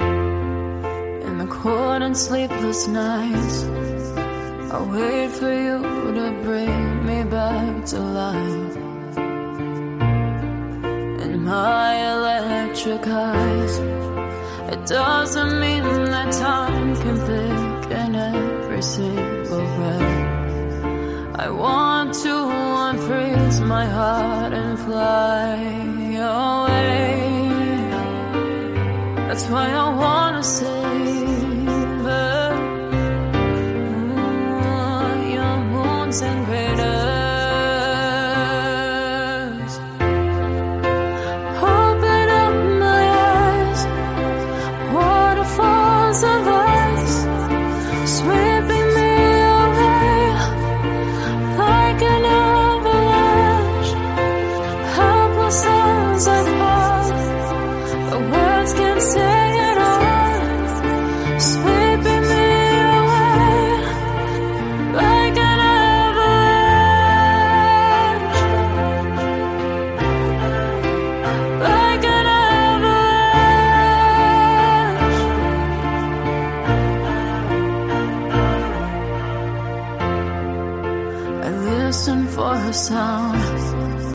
[SPEAKER 13] In the cold and sleepless nights, I wait for you to bring me back to life. In my electric eyes, it doesn't mean that time can pick in every single breath. I want to unfreeze my heart and fly away. That's why I wanna savor mm, your moons and craters. Open up my eyes, waterfalls of ice, sweeping me away like an avalanche. Helpless as I fall. The words can't say it all, sweeping me away like an avalanche, like an avalanche. I listen for a sound.